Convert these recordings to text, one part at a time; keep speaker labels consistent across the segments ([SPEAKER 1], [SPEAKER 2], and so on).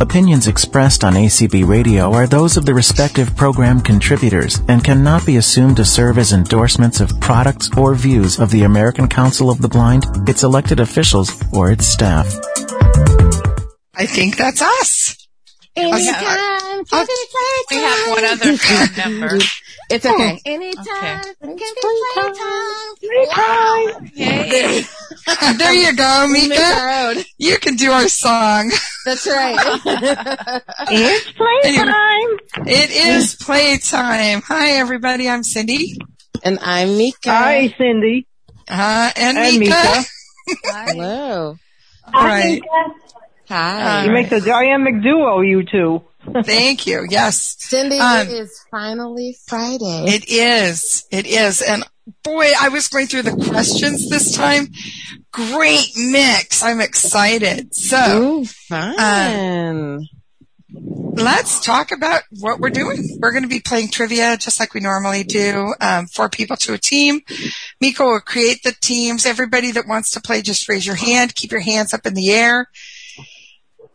[SPEAKER 1] Opinions expressed on ACB Radio are those of the respective program contributors and cannot be assumed to serve as endorsements of products or views of the American Council of the Blind, its elected officials, or its staff.
[SPEAKER 2] I think that's us.
[SPEAKER 3] Anytime,
[SPEAKER 2] have-
[SPEAKER 3] give it a
[SPEAKER 4] We have one other phone number.
[SPEAKER 3] It's okay. Anytime, give it a playtime. Wow.
[SPEAKER 4] Yay.
[SPEAKER 2] There you go,
[SPEAKER 3] Make
[SPEAKER 2] Mika.
[SPEAKER 3] our own.
[SPEAKER 2] You can do our song.
[SPEAKER 3] That's right.
[SPEAKER 5] It's playtime.
[SPEAKER 2] It is playtime. Hi, everybody. I'm Cindy.
[SPEAKER 3] and I'm Mika.
[SPEAKER 5] Hi, Cindy.
[SPEAKER 2] Uh, and,
[SPEAKER 5] And
[SPEAKER 2] Mika.
[SPEAKER 5] Mika.
[SPEAKER 3] Hello.
[SPEAKER 2] All right.
[SPEAKER 3] Hi.
[SPEAKER 2] All
[SPEAKER 5] You make the dynamic duo, you two.
[SPEAKER 2] Thank you. Yes.
[SPEAKER 3] Cindy,
[SPEAKER 2] Um,
[SPEAKER 3] it is finally Friday.
[SPEAKER 2] It is. It is. And boy, I was going through the questions this time. Great mix. I'm excited. So
[SPEAKER 3] Ooh, fun.
[SPEAKER 2] let's talk about what we're doing. We're going to be playing trivia just like we normally do. Um, four people to a team. Miko will create the teams. Everybody that wants to play, just raise your hand. Keep your hands up in the air.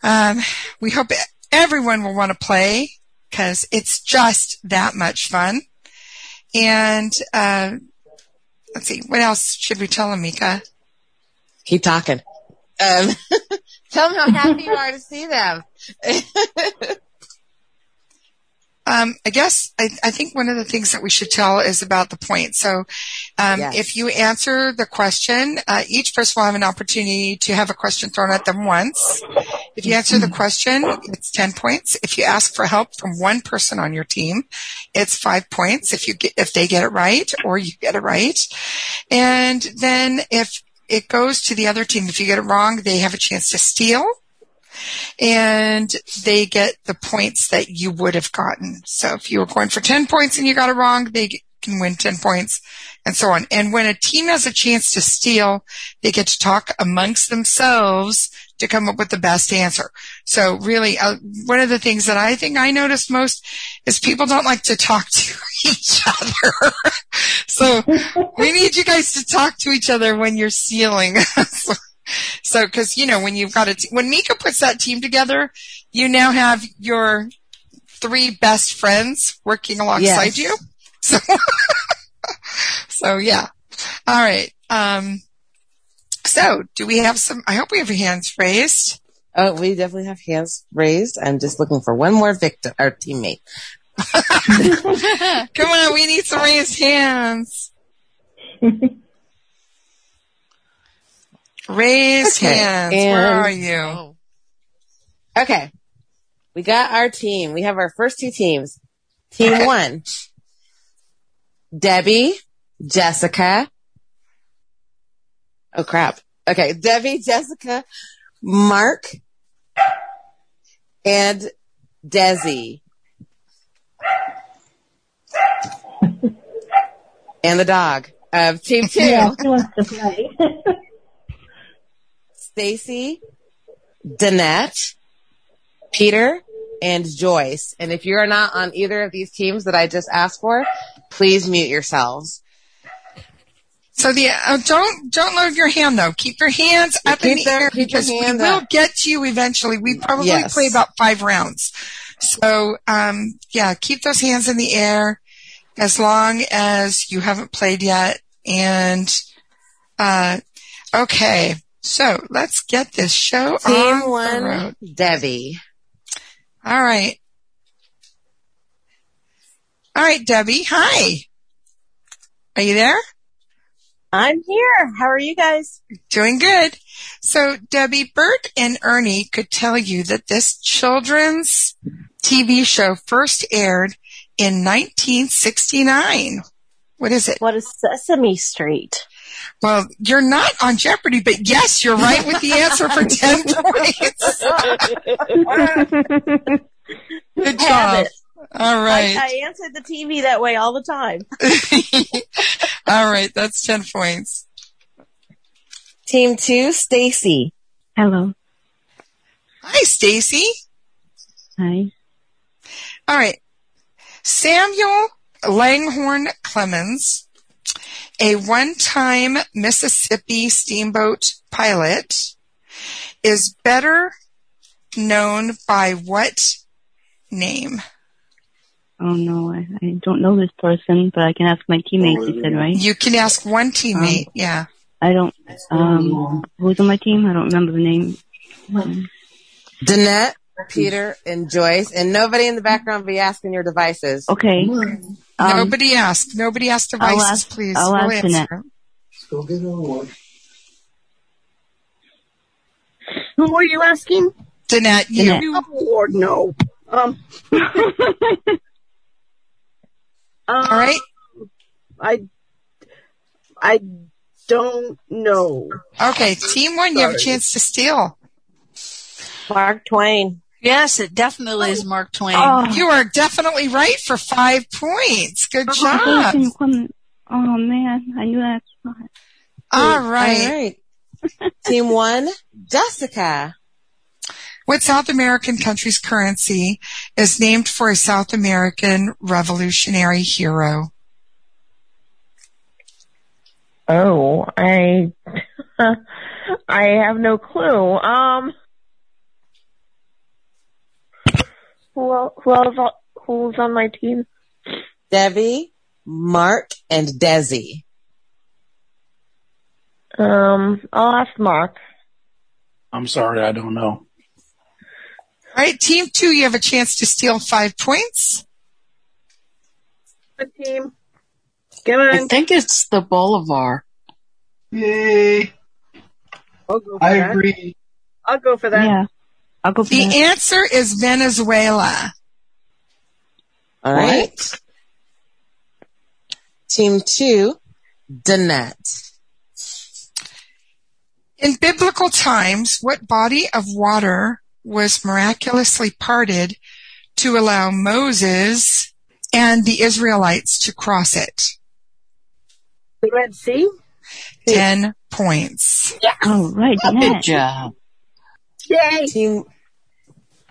[SPEAKER 2] Um, we hope everyone will want to play because it's just that much fun. And uh, let's see, what else should we tell Amika?
[SPEAKER 3] Keep talking. Um, tell them how happy you are to see them.
[SPEAKER 2] Um, I guess I, I think one of the things that we should tell is about the point. So, um,
[SPEAKER 3] Yes.
[SPEAKER 2] if you answer the question, uh, each person will have an opportunity to have a question thrown at them once. If you answer the question, it's ten points. If you ask for help from one person on your team, it's five points. If you get, if they get it right or you get it right, and then if it goes to the other team, if you get it wrong, they have a chance to steal and they get the points that you would have gotten. So if you were going for 10 points and you got it wrong, they can win 10 points and so on. And when a team has a chance to steal, they get to talk amongst themselves to come up with the best answer. So really, uh, one of the things that I think I noticed most is people don't like to talk to each other. so we need you guys to talk to each other when you're stealing. So- so, because you know, when you've got a t- when Mika puts that team together, you now have your three best friends working alongside
[SPEAKER 3] Yes.
[SPEAKER 2] you. So, so yeah. All right. Um, so, do we have some? I hope we have your hands raised.
[SPEAKER 3] Oh, we definitely have hands raised. I'm just looking for one more victim or teammate.
[SPEAKER 2] Come on, we need some raised hands. Raised
[SPEAKER 3] Okay,
[SPEAKER 2] hands. Where
[SPEAKER 3] and-
[SPEAKER 2] are you?
[SPEAKER 4] Oh.
[SPEAKER 3] Okay. We got our team. We have our first two teams. Team one. Debbie, Jessica. Oh crap. Okay. Debbie, Jessica, Mark, and Desi. and the dog. Of team two.
[SPEAKER 5] she wants to play.
[SPEAKER 3] Stacy, Danette, Peter, and Joyce. And if you are not on either of these teams that I just asked for, please mute yourselves.
[SPEAKER 2] So the uh, don't don't lower your hand though. Keep your hands up in
[SPEAKER 3] Keep
[SPEAKER 2] the
[SPEAKER 3] them-
[SPEAKER 2] air
[SPEAKER 3] keep your
[SPEAKER 2] because we
[SPEAKER 3] hand
[SPEAKER 2] will
[SPEAKER 3] up.
[SPEAKER 2] get to you eventually. We probably
[SPEAKER 3] Yes.
[SPEAKER 2] play about five rounds. So um, yeah, keep those hands in the air as long as you haven't played yet. And uh, okay, so let's get this show on
[SPEAKER 3] Team
[SPEAKER 2] the road.
[SPEAKER 3] one, Debbie.
[SPEAKER 2] All right, all right, Debbie. Hi, are you there?
[SPEAKER 6] I'm here. How are you guys?
[SPEAKER 2] Doing good. So Debbie, Bert and Ernie could tell you that this children's TV show first aired in 1969. What is it?
[SPEAKER 6] What is Sesame Street?
[SPEAKER 2] Well, you're not on Jeopardy, but yes, you're right with the answer for 10 points. Good job.
[SPEAKER 6] Habit.
[SPEAKER 2] All
[SPEAKER 6] I,
[SPEAKER 2] right.
[SPEAKER 6] I answered the TV that way all the time.
[SPEAKER 2] All right. That's 10 points.
[SPEAKER 3] Team two, Stacy.
[SPEAKER 5] Hello.
[SPEAKER 2] Hi, Stacy.
[SPEAKER 5] Hi.
[SPEAKER 2] All right. Samuel Langhorne Clemens, a one-time Mississippi steamboat pilot, is better known by what name?
[SPEAKER 5] Oh no, I, I don't know this person, but I can ask my teammates. You said right?
[SPEAKER 2] You can ask one
[SPEAKER 5] Um,
[SPEAKER 2] teammate. yeah.
[SPEAKER 5] I don't. Um, who's on my team? I don't remember the name. Um,
[SPEAKER 3] Danette, Peter, and Joyce, and nobody in the background be asking your devices.
[SPEAKER 5] Okay. Um,
[SPEAKER 2] nobody asked. Nobody asked devices,
[SPEAKER 5] ask-
[SPEAKER 2] please.
[SPEAKER 5] I'll ask
[SPEAKER 2] answer.
[SPEAKER 5] Annette.
[SPEAKER 7] Who were you asking?
[SPEAKER 2] Danette, you.
[SPEAKER 5] Danette.
[SPEAKER 7] Oh, Lord, no. Um, um,
[SPEAKER 2] All right.
[SPEAKER 7] I, I don't know.
[SPEAKER 2] Okay. Team one, you have a chance to steal.
[SPEAKER 6] Mark Twain.
[SPEAKER 4] Yes, it definitely is Mark Twain.
[SPEAKER 5] oh,
[SPEAKER 2] You are definitely right for five points. Good
[SPEAKER 5] I
[SPEAKER 2] job.
[SPEAKER 5] couldn't come- oh man, I knew that.
[SPEAKER 2] All
[SPEAKER 3] All
[SPEAKER 2] right.
[SPEAKER 3] right. Team one, Jessica.
[SPEAKER 2] What South American country's currency is named for a South American revolutionary hero?
[SPEAKER 8] Oh, I I have no clue. Um, who el- who else on- who's on my team?
[SPEAKER 3] Debbie, Mark, and Desi.
[SPEAKER 8] Um, I'll ask Mark.
[SPEAKER 9] I'm sorry, I don't know.
[SPEAKER 2] All right. Team two, you have a chance to steal five points.
[SPEAKER 7] Good team. Come on.
[SPEAKER 10] I think it's the Bolivar.
[SPEAKER 11] Yay.
[SPEAKER 7] I'll go for
[SPEAKER 11] I
[SPEAKER 7] that.
[SPEAKER 11] agree.
[SPEAKER 7] I'll go for that.
[SPEAKER 5] Yeah, I'll go for
[SPEAKER 2] The
[SPEAKER 5] that.
[SPEAKER 2] answer is Venezuela.
[SPEAKER 3] All right. Team two, Danette.
[SPEAKER 2] In biblical times, what body of water was miraculously parted to allow Moses and the Israelites to cross it?
[SPEAKER 7] The Red Sea?
[SPEAKER 2] Ten points.
[SPEAKER 5] All right,
[SPEAKER 10] Good
[SPEAKER 5] Danette.
[SPEAKER 10] job.
[SPEAKER 7] Yay!
[SPEAKER 3] Team,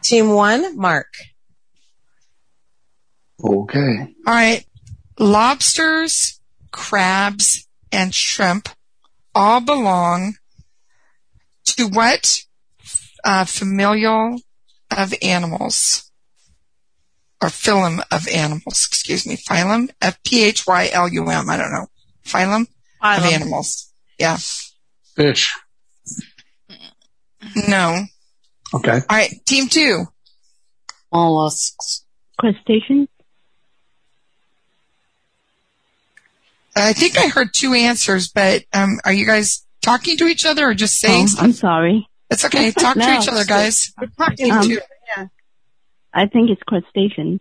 [SPEAKER 3] team one, Mark.
[SPEAKER 9] Okay.
[SPEAKER 2] All right. Lobsters, crabs, and shrimp all belong to what uh, familial of animals or phylum of animals? Excuse me. Phylum of P H Y L U M. I don't know. Phylum of
[SPEAKER 4] Phylum.
[SPEAKER 2] animals.
[SPEAKER 9] Fish.
[SPEAKER 2] No.
[SPEAKER 9] Okay.
[SPEAKER 2] All right. Team two.
[SPEAKER 10] Mollusks.
[SPEAKER 5] Crustacean.
[SPEAKER 2] I think I heard two answers, but um, are you guys talking to each other or just saying?
[SPEAKER 5] Oh, I'm sorry.
[SPEAKER 2] It's okay. Talk to
[SPEAKER 10] No,
[SPEAKER 2] each other,
[SPEAKER 10] it's-
[SPEAKER 2] guys. Team
[SPEAKER 5] Um,
[SPEAKER 2] two.
[SPEAKER 5] I think it's crustaceans.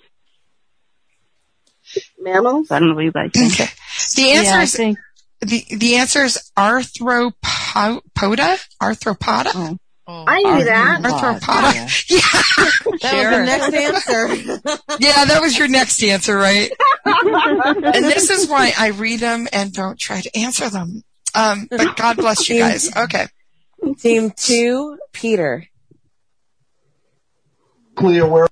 [SPEAKER 7] Mammals?
[SPEAKER 5] So I don't know what you guys think.
[SPEAKER 2] Okay. The answer
[SPEAKER 10] yeah, I
[SPEAKER 2] is
[SPEAKER 10] think
[SPEAKER 2] the, the answer is arthropoda. Arthropoda.
[SPEAKER 5] Oh,
[SPEAKER 4] Oh,
[SPEAKER 7] I knew that.
[SPEAKER 2] Arthropoda.
[SPEAKER 10] Yeah.
[SPEAKER 2] Yeah.
[SPEAKER 3] Um, That was the next answer.
[SPEAKER 2] yeah, that was your next answer, right? and this is why I read them and don't try to answer them. Um, but God bless you guys. Okay.
[SPEAKER 3] team two, Peter.
[SPEAKER 11] Cleo, where?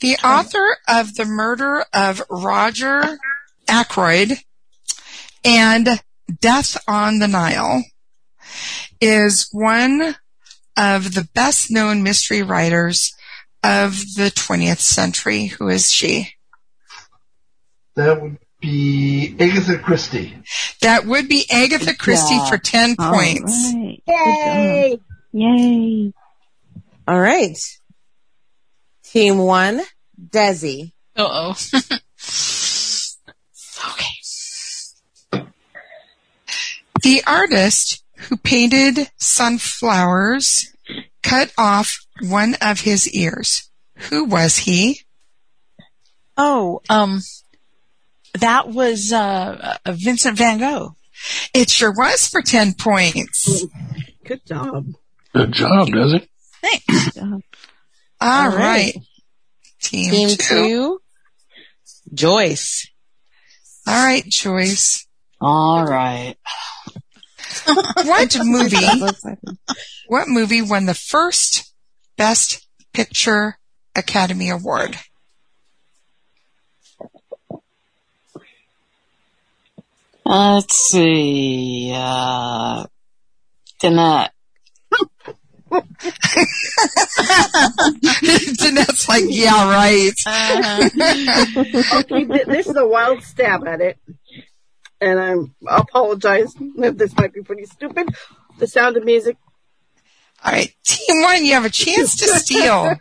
[SPEAKER 2] The author of the murder of Roger Ackroyd and Death on the Nile is one of the best known mystery writers of the 20th century. Who is she?
[SPEAKER 11] That would be Agatha Christie.
[SPEAKER 2] That would be Agatha Christie
[SPEAKER 10] Yeah.
[SPEAKER 2] for 10
[SPEAKER 12] Oh,
[SPEAKER 5] all
[SPEAKER 2] points.
[SPEAKER 5] right. Good job.
[SPEAKER 7] Yay!
[SPEAKER 5] Yay.
[SPEAKER 3] All right. Team one, Desi.
[SPEAKER 4] Uh oh.
[SPEAKER 2] The artist who painted sunflowers cut off one of his ears. Who was he?
[SPEAKER 4] Oh, um, that was uh, uh, Vincent Van Gogh.
[SPEAKER 2] It sure was for 10 points.
[SPEAKER 7] Good job.
[SPEAKER 9] Good job, does it?
[SPEAKER 4] Thanks.
[SPEAKER 2] All
[SPEAKER 3] All
[SPEAKER 2] right.
[SPEAKER 3] right.
[SPEAKER 2] Team,
[SPEAKER 3] Team
[SPEAKER 2] two.
[SPEAKER 3] two, Joyce.
[SPEAKER 2] All right, Joyce.
[SPEAKER 10] All right.
[SPEAKER 2] What movie?
[SPEAKER 3] Looks like
[SPEAKER 2] What movie won the first Best Picture Academy Award?
[SPEAKER 10] Let's see. Uh, Danette.
[SPEAKER 2] like, yeah, right.
[SPEAKER 7] okay, th- this is a wild stab at it, and I'm I apologize if this might be pretty stupid. The sound of music.
[SPEAKER 2] All right, team one, you have a chance to steal.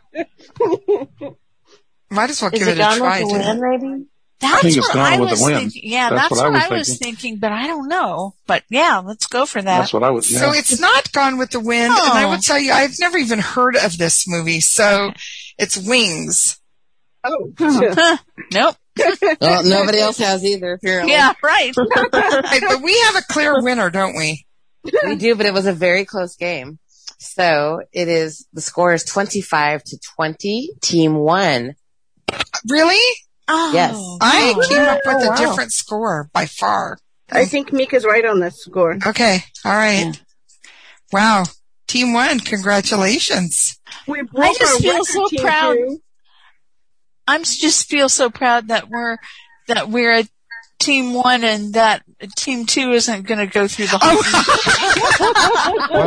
[SPEAKER 2] Might as well
[SPEAKER 6] Is
[SPEAKER 2] give it,
[SPEAKER 6] it Gone
[SPEAKER 2] a
[SPEAKER 6] with
[SPEAKER 2] try.
[SPEAKER 6] the
[SPEAKER 2] didn't
[SPEAKER 6] Wind,
[SPEAKER 2] it?
[SPEAKER 6] maybe?
[SPEAKER 4] That's
[SPEAKER 9] think it's
[SPEAKER 4] what
[SPEAKER 9] Gone
[SPEAKER 4] I
[SPEAKER 9] with the
[SPEAKER 4] was
[SPEAKER 9] Wind.
[SPEAKER 4] thinking. Yeah,
[SPEAKER 9] That's
[SPEAKER 4] that's,
[SPEAKER 9] what I
[SPEAKER 4] what,
[SPEAKER 9] was
[SPEAKER 4] I was
[SPEAKER 9] thinking.
[SPEAKER 4] thinking. but I don't know. But yeah, let's go for that.
[SPEAKER 9] That's what I was. Yeah.
[SPEAKER 2] So it's not Gone with the Wind, and I
[SPEAKER 4] Oh.
[SPEAKER 2] will tell you, I've never even heard of this movie. So it's Wings.
[SPEAKER 7] Oh,
[SPEAKER 4] Huh. Nope.
[SPEAKER 3] Well, nobody else has either, apparently.
[SPEAKER 4] Yeah, right.
[SPEAKER 2] Right, but we have a clear winner, don't we?
[SPEAKER 3] We do, but it was a very close game. So it is, the score is 25 to 20, team one.
[SPEAKER 2] Really?
[SPEAKER 4] Oh,
[SPEAKER 3] Yes.
[SPEAKER 2] I
[SPEAKER 4] wow.
[SPEAKER 2] came up with
[SPEAKER 7] Oh,
[SPEAKER 2] a
[SPEAKER 7] wow.
[SPEAKER 2] different score by far.
[SPEAKER 7] I think Mika's right on this score.
[SPEAKER 2] Okay. All right.
[SPEAKER 10] Yeah.
[SPEAKER 2] Wow. Team one, congratulations.
[SPEAKER 7] We broke
[SPEAKER 4] I just
[SPEAKER 7] our
[SPEAKER 4] feel
[SPEAKER 7] record,
[SPEAKER 4] so
[SPEAKER 7] Team
[SPEAKER 4] proud.
[SPEAKER 7] Two.
[SPEAKER 4] I'm s- just feel so proud that we're that we're a team one and that team two isn't going to go through the whole.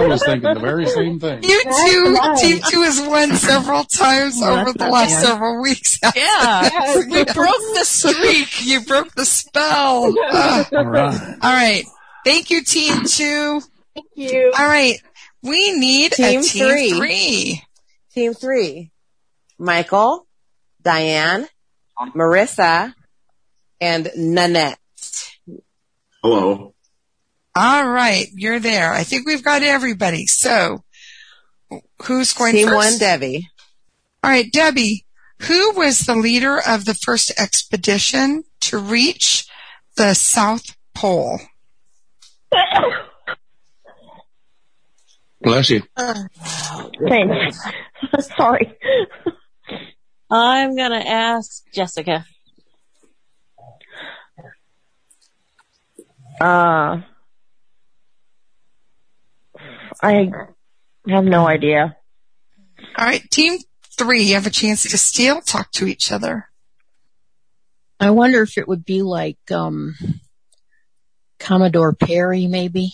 [SPEAKER 9] I was thinking the very same thing.
[SPEAKER 2] You
[SPEAKER 6] That's
[SPEAKER 2] two,
[SPEAKER 6] nice.
[SPEAKER 2] team two has won several times
[SPEAKER 5] Well,
[SPEAKER 2] over
[SPEAKER 5] that's
[SPEAKER 2] the
[SPEAKER 5] not
[SPEAKER 2] last
[SPEAKER 5] bad.
[SPEAKER 2] several weeks.
[SPEAKER 4] Yeah,
[SPEAKER 7] Yes.
[SPEAKER 4] we broke the streak.
[SPEAKER 2] you broke the spell. Ugh.
[SPEAKER 9] Ah, All right.
[SPEAKER 2] all right. Thank you, team two.
[SPEAKER 7] Thank you.
[SPEAKER 2] All right. We need a
[SPEAKER 3] Team
[SPEAKER 2] team
[SPEAKER 3] three.
[SPEAKER 2] three.
[SPEAKER 3] Team three. Michael, Diane, Marissa, and Nanette.
[SPEAKER 13] Hello.
[SPEAKER 2] All right. You're there. I think we've got everybody. So who's going
[SPEAKER 3] team
[SPEAKER 2] first?
[SPEAKER 3] one, Debbie.
[SPEAKER 2] All right, Debbie, who was the leader of the first expedition to reach the South Pole?
[SPEAKER 9] Bless you.
[SPEAKER 8] Thanks. Sorry.
[SPEAKER 6] I'm gonna ask Jessica.
[SPEAKER 8] Uh, I have no idea.
[SPEAKER 2] All right, team three, you have a chance to steal, talk to each other.
[SPEAKER 14] I wonder if it would be like um Commodore Perry, maybe.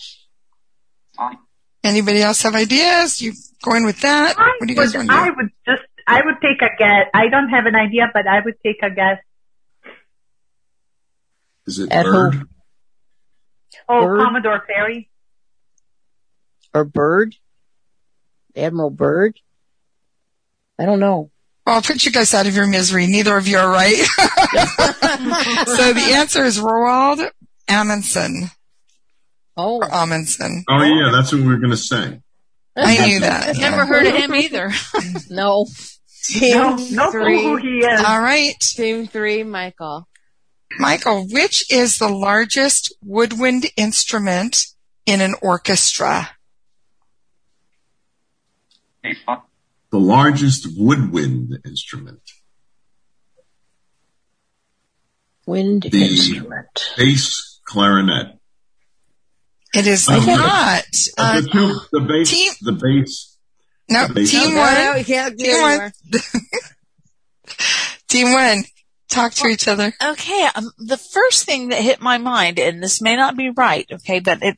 [SPEAKER 2] Anybody else have ideas? You going with that?
[SPEAKER 15] I
[SPEAKER 2] What do you guys
[SPEAKER 15] would,
[SPEAKER 2] want to
[SPEAKER 15] I
[SPEAKER 2] do?
[SPEAKER 15] would just, I would take a guess. I don't have an idea, but I would take a guess.
[SPEAKER 13] Is it
[SPEAKER 14] At
[SPEAKER 13] Bird?
[SPEAKER 14] home.
[SPEAKER 15] Oh,
[SPEAKER 14] Bird?
[SPEAKER 15] Commodore Perry.
[SPEAKER 14] Or Bird? Admiral Bird? I don't know.
[SPEAKER 2] Well, I'll put you guys out of your misery. Neither of you are right. so the answer is Roald Amundsen.
[SPEAKER 14] Oh,
[SPEAKER 2] Or Amundsen.
[SPEAKER 13] Oh yeah, that's what we were gonna say.
[SPEAKER 2] I knew that.
[SPEAKER 4] Never heard of him either.
[SPEAKER 14] no.
[SPEAKER 3] Team
[SPEAKER 15] No, no clue who
[SPEAKER 3] three.
[SPEAKER 15] he is.
[SPEAKER 2] All right.
[SPEAKER 3] Team three, Michael.
[SPEAKER 2] Michael, which is the largest woodwind instrument in an orchestra?
[SPEAKER 13] The largest woodwind instrument,
[SPEAKER 14] Wind
[SPEAKER 13] The-
[SPEAKER 14] instrument.
[SPEAKER 13] bass clarinet.
[SPEAKER 2] It is
[SPEAKER 13] I don't
[SPEAKER 2] not. Uh,
[SPEAKER 13] the, two, the bass,
[SPEAKER 2] team-
[SPEAKER 13] the bass.
[SPEAKER 2] no,
[SPEAKER 13] Amazing.
[SPEAKER 2] team
[SPEAKER 13] No,
[SPEAKER 2] one,
[SPEAKER 3] we can't do
[SPEAKER 2] Team
[SPEAKER 3] anymore.
[SPEAKER 2] one. team one, talk to each other.
[SPEAKER 15] Oh.
[SPEAKER 4] Okay, um, the first thing that hit my mind, and this may not be right, okay, but it,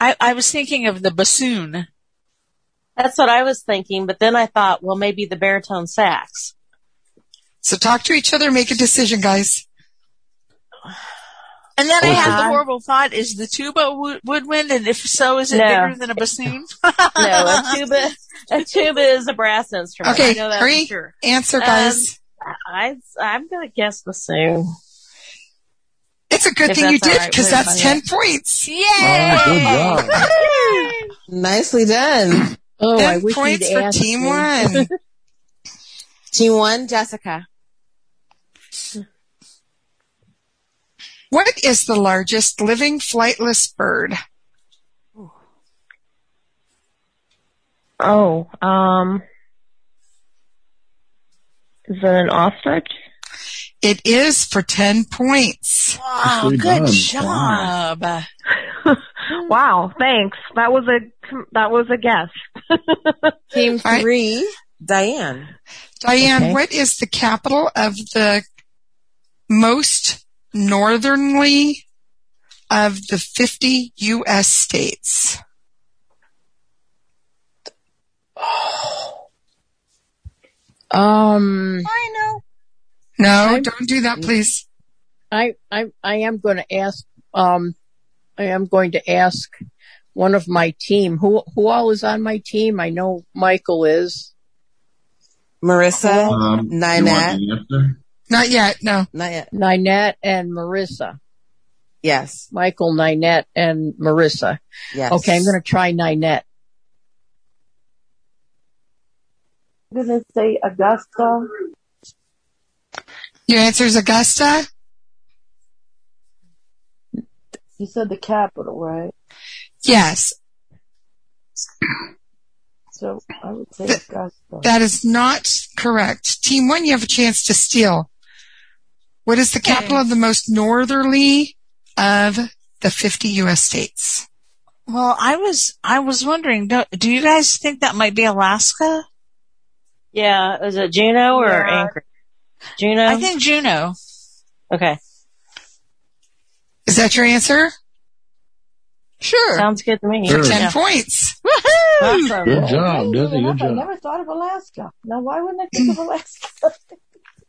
[SPEAKER 4] I, I was thinking of the bassoon.
[SPEAKER 6] That's what I was thinking, but then I thought, well, maybe the baritone sax.
[SPEAKER 2] So talk to each other, make a decision, guys.
[SPEAKER 4] And then I
[SPEAKER 6] Oh,
[SPEAKER 9] Okay.
[SPEAKER 4] had the horrible thought, is the tuba wo- woodwind? And if so, is it
[SPEAKER 6] No.
[SPEAKER 4] bigger than a bassoon?
[SPEAKER 6] No, a tuba, a tuba is a brass instrument.
[SPEAKER 2] Okay,
[SPEAKER 6] I know that for
[SPEAKER 2] hurry.
[SPEAKER 6] sure.
[SPEAKER 2] Answer,
[SPEAKER 15] Um,
[SPEAKER 2] guys.
[SPEAKER 6] I, I'm gonna guess bassoon.
[SPEAKER 2] it's a good
[SPEAKER 6] if
[SPEAKER 2] thing you
[SPEAKER 6] that's all
[SPEAKER 2] did
[SPEAKER 6] right
[SPEAKER 2] because
[SPEAKER 6] with
[SPEAKER 2] that's
[SPEAKER 6] my
[SPEAKER 2] 10 points.
[SPEAKER 9] Oh, good job.
[SPEAKER 3] Nicely done.
[SPEAKER 14] Oh, I
[SPEAKER 2] 10
[SPEAKER 14] wish
[SPEAKER 2] points
[SPEAKER 14] you'd
[SPEAKER 2] for
[SPEAKER 14] asked
[SPEAKER 2] team
[SPEAKER 14] me.
[SPEAKER 2] one.
[SPEAKER 3] Team one, Jessica.
[SPEAKER 2] what is the largest living flightless bird?
[SPEAKER 8] Oh, um, is it an ostrich?
[SPEAKER 2] It is for 10 points.
[SPEAKER 4] Wow,
[SPEAKER 9] Nicely
[SPEAKER 4] good
[SPEAKER 9] done.
[SPEAKER 4] job.
[SPEAKER 8] wow, thanks. That was a that was a guess.
[SPEAKER 3] Team
[SPEAKER 2] All right.
[SPEAKER 3] three, Diane.
[SPEAKER 2] Diane,
[SPEAKER 14] Okay.
[SPEAKER 2] what is the capital of the most northernly of the 50 U.S. states?
[SPEAKER 6] Um,
[SPEAKER 2] I know. No, don't do that, please.
[SPEAKER 6] I, I, I am going to ask, um, I am going to ask one of my team who, who all is on my team. I know Michael is.
[SPEAKER 3] Marissa,
[SPEAKER 13] Um, you want
[SPEAKER 3] Ninette.
[SPEAKER 13] the answer?
[SPEAKER 2] Not yet. No.
[SPEAKER 3] Not yet.
[SPEAKER 6] Ninette and Marissa.
[SPEAKER 3] Yes.
[SPEAKER 6] Michael, Ninette and Marissa.
[SPEAKER 3] Yes.
[SPEAKER 6] Okay. I'm going to try Ninette.
[SPEAKER 16] I'm gonna say Augusta.
[SPEAKER 2] Your answer is Augusta?
[SPEAKER 16] You said the capital, right?
[SPEAKER 2] Yes.
[SPEAKER 16] So I would say Augusta.
[SPEAKER 2] That is not correct. Team one, you have a chance to steal. What is the capital of the most northerly of the 50 U.S. states?
[SPEAKER 12] Well, I was I was wondering, do, do you guys think that might be Alaska?
[SPEAKER 17] Yeah, is it Juno or
[SPEAKER 12] Yeah.
[SPEAKER 17] Anchorage? Juno.
[SPEAKER 12] I think Juneau.
[SPEAKER 17] Okay.
[SPEAKER 2] Is that your answer? Sure.
[SPEAKER 17] Sounds good to me.
[SPEAKER 2] For
[SPEAKER 18] Sure.
[SPEAKER 2] 10
[SPEAKER 18] Yeah.
[SPEAKER 2] points.
[SPEAKER 17] Awesome.
[SPEAKER 18] Good job, Disney. Good
[SPEAKER 16] I
[SPEAKER 18] job.
[SPEAKER 16] never thought of Alaska. Now why wouldn't I think of Alaska?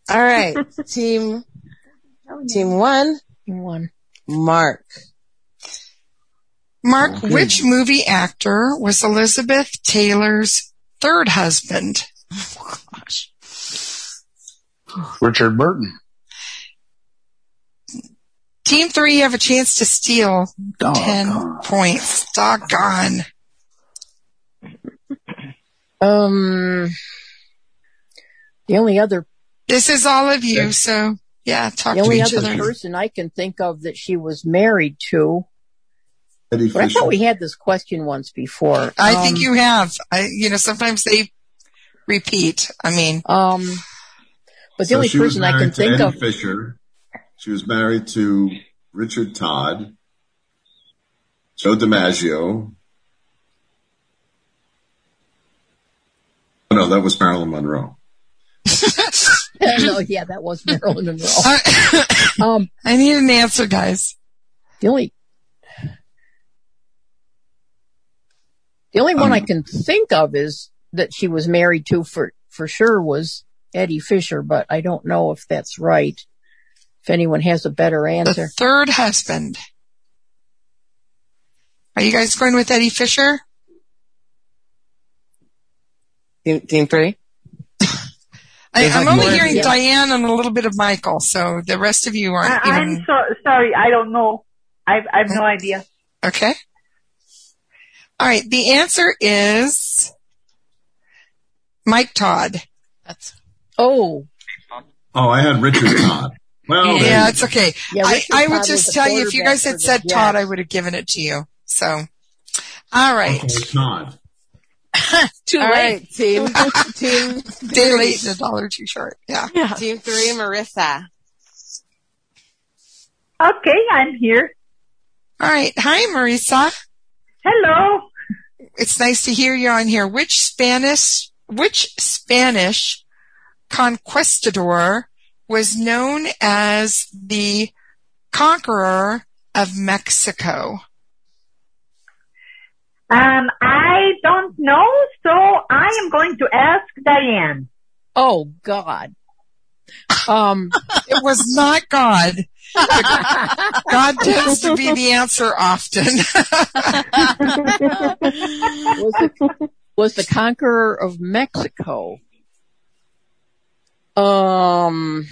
[SPEAKER 3] All right. team, team one.
[SPEAKER 6] One.
[SPEAKER 3] Mark.
[SPEAKER 2] Mark, which movie actor was Elizabeth Taylor's third husband?
[SPEAKER 18] Richard Burton.
[SPEAKER 2] Team three, you have a chance to steal
[SPEAKER 13] Oh,
[SPEAKER 2] 10 points. Doggone.
[SPEAKER 6] Um, the only other
[SPEAKER 2] This is all of you, so yeah, talk
[SPEAKER 6] the
[SPEAKER 2] to
[SPEAKER 6] only
[SPEAKER 2] each
[SPEAKER 6] other
[SPEAKER 2] other.
[SPEAKER 6] person I can think of that she was married to.
[SPEAKER 13] Eddie
[SPEAKER 6] But I
[SPEAKER 13] Fisher.
[SPEAKER 6] thought we had this question once before.
[SPEAKER 2] I
[SPEAKER 6] Um,
[SPEAKER 2] think you have. I, you know, sometimes they repeat. I mean,
[SPEAKER 6] um, but the
[SPEAKER 13] So
[SPEAKER 6] only
[SPEAKER 13] she was
[SPEAKER 6] person I can
[SPEAKER 13] married to
[SPEAKER 6] think
[SPEAKER 13] Eddie
[SPEAKER 6] of.
[SPEAKER 13] Fisher. She was married to Richard Todd, Joe DiMaggio. Oh, no, that was Marilyn Monroe.
[SPEAKER 6] no, yeah, that was Marilyn Monroe. Um,
[SPEAKER 2] I need an answer, guys.
[SPEAKER 6] the only the only one I
[SPEAKER 13] Um,
[SPEAKER 6] can think of is that she was married to for for sure was Eddie Fisher, but I don't know if that's right. If anyone has a better
[SPEAKER 2] The
[SPEAKER 6] answer,
[SPEAKER 2] third husband. Are you guys going with Eddie Fisher?
[SPEAKER 3] Team, team three.
[SPEAKER 2] I,
[SPEAKER 3] There's
[SPEAKER 2] I'm
[SPEAKER 3] like
[SPEAKER 2] only
[SPEAKER 3] more of
[SPEAKER 2] hearing
[SPEAKER 3] you.
[SPEAKER 2] Diane and a little bit of Michael, so the rest of you
[SPEAKER 19] I,
[SPEAKER 2] aren't
[SPEAKER 19] I'm
[SPEAKER 2] even.
[SPEAKER 19] so sorry. I don't know. I I have no idea.
[SPEAKER 2] Okay. All right. The answer is Mike Todd.
[SPEAKER 6] oh
[SPEAKER 13] Oh, I had Richard Todd. Well, there
[SPEAKER 2] yeah,
[SPEAKER 13] you
[SPEAKER 2] it's okay.
[SPEAKER 6] Yeah,
[SPEAKER 2] I,
[SPEAKER 6] Richard
[SPEAKER 2] I would
[SPEAKER 6] Todd was
[SPEAKER 2] just
[SPEAKER 6] the
[SPEAKER 2] tell you if you guys had
[SPEAKER 6] quarterback
[SPEAKER 2] said
[SPEAKER 6] for the
[SPEAKER 2] Todd, I
[SPEAKER 6] Jets.
[SPEAKER 2] would have given it to you. So, all
[SPEAKER 13] go.
[SPEAKER 2] right,
[SPEAKER 13] Uncle Todd.
[SPEAKER 12] Too
[SPEAKER 3] All
[SPEAKER 12] late.
[SPEAKER 3] right. Team, team,
[SPEAKER 2] day late and a dollar too short. Yeah.
[SPEAKER 3] team three, Marissa.
[SPEAKER 19] Okay, I'm here.
[SPEAKER 2] All right. Hi, Marisa.
[SPEAKER 19] Hello.
[SPEAKER 2] It's nice to hear you on here. Which Spanish, which Spanish conquistador was known as the conqueror of Mexico?
[SPEAKER 19] Um, I don't know, so I am going to ask Diane.
[SPEAKER 6] oh God, um,
[SPEAKER 2] It was not God. God tends to be the answer often.
[SPEAKER 6] was the, was the conqueror of Mexico? Um,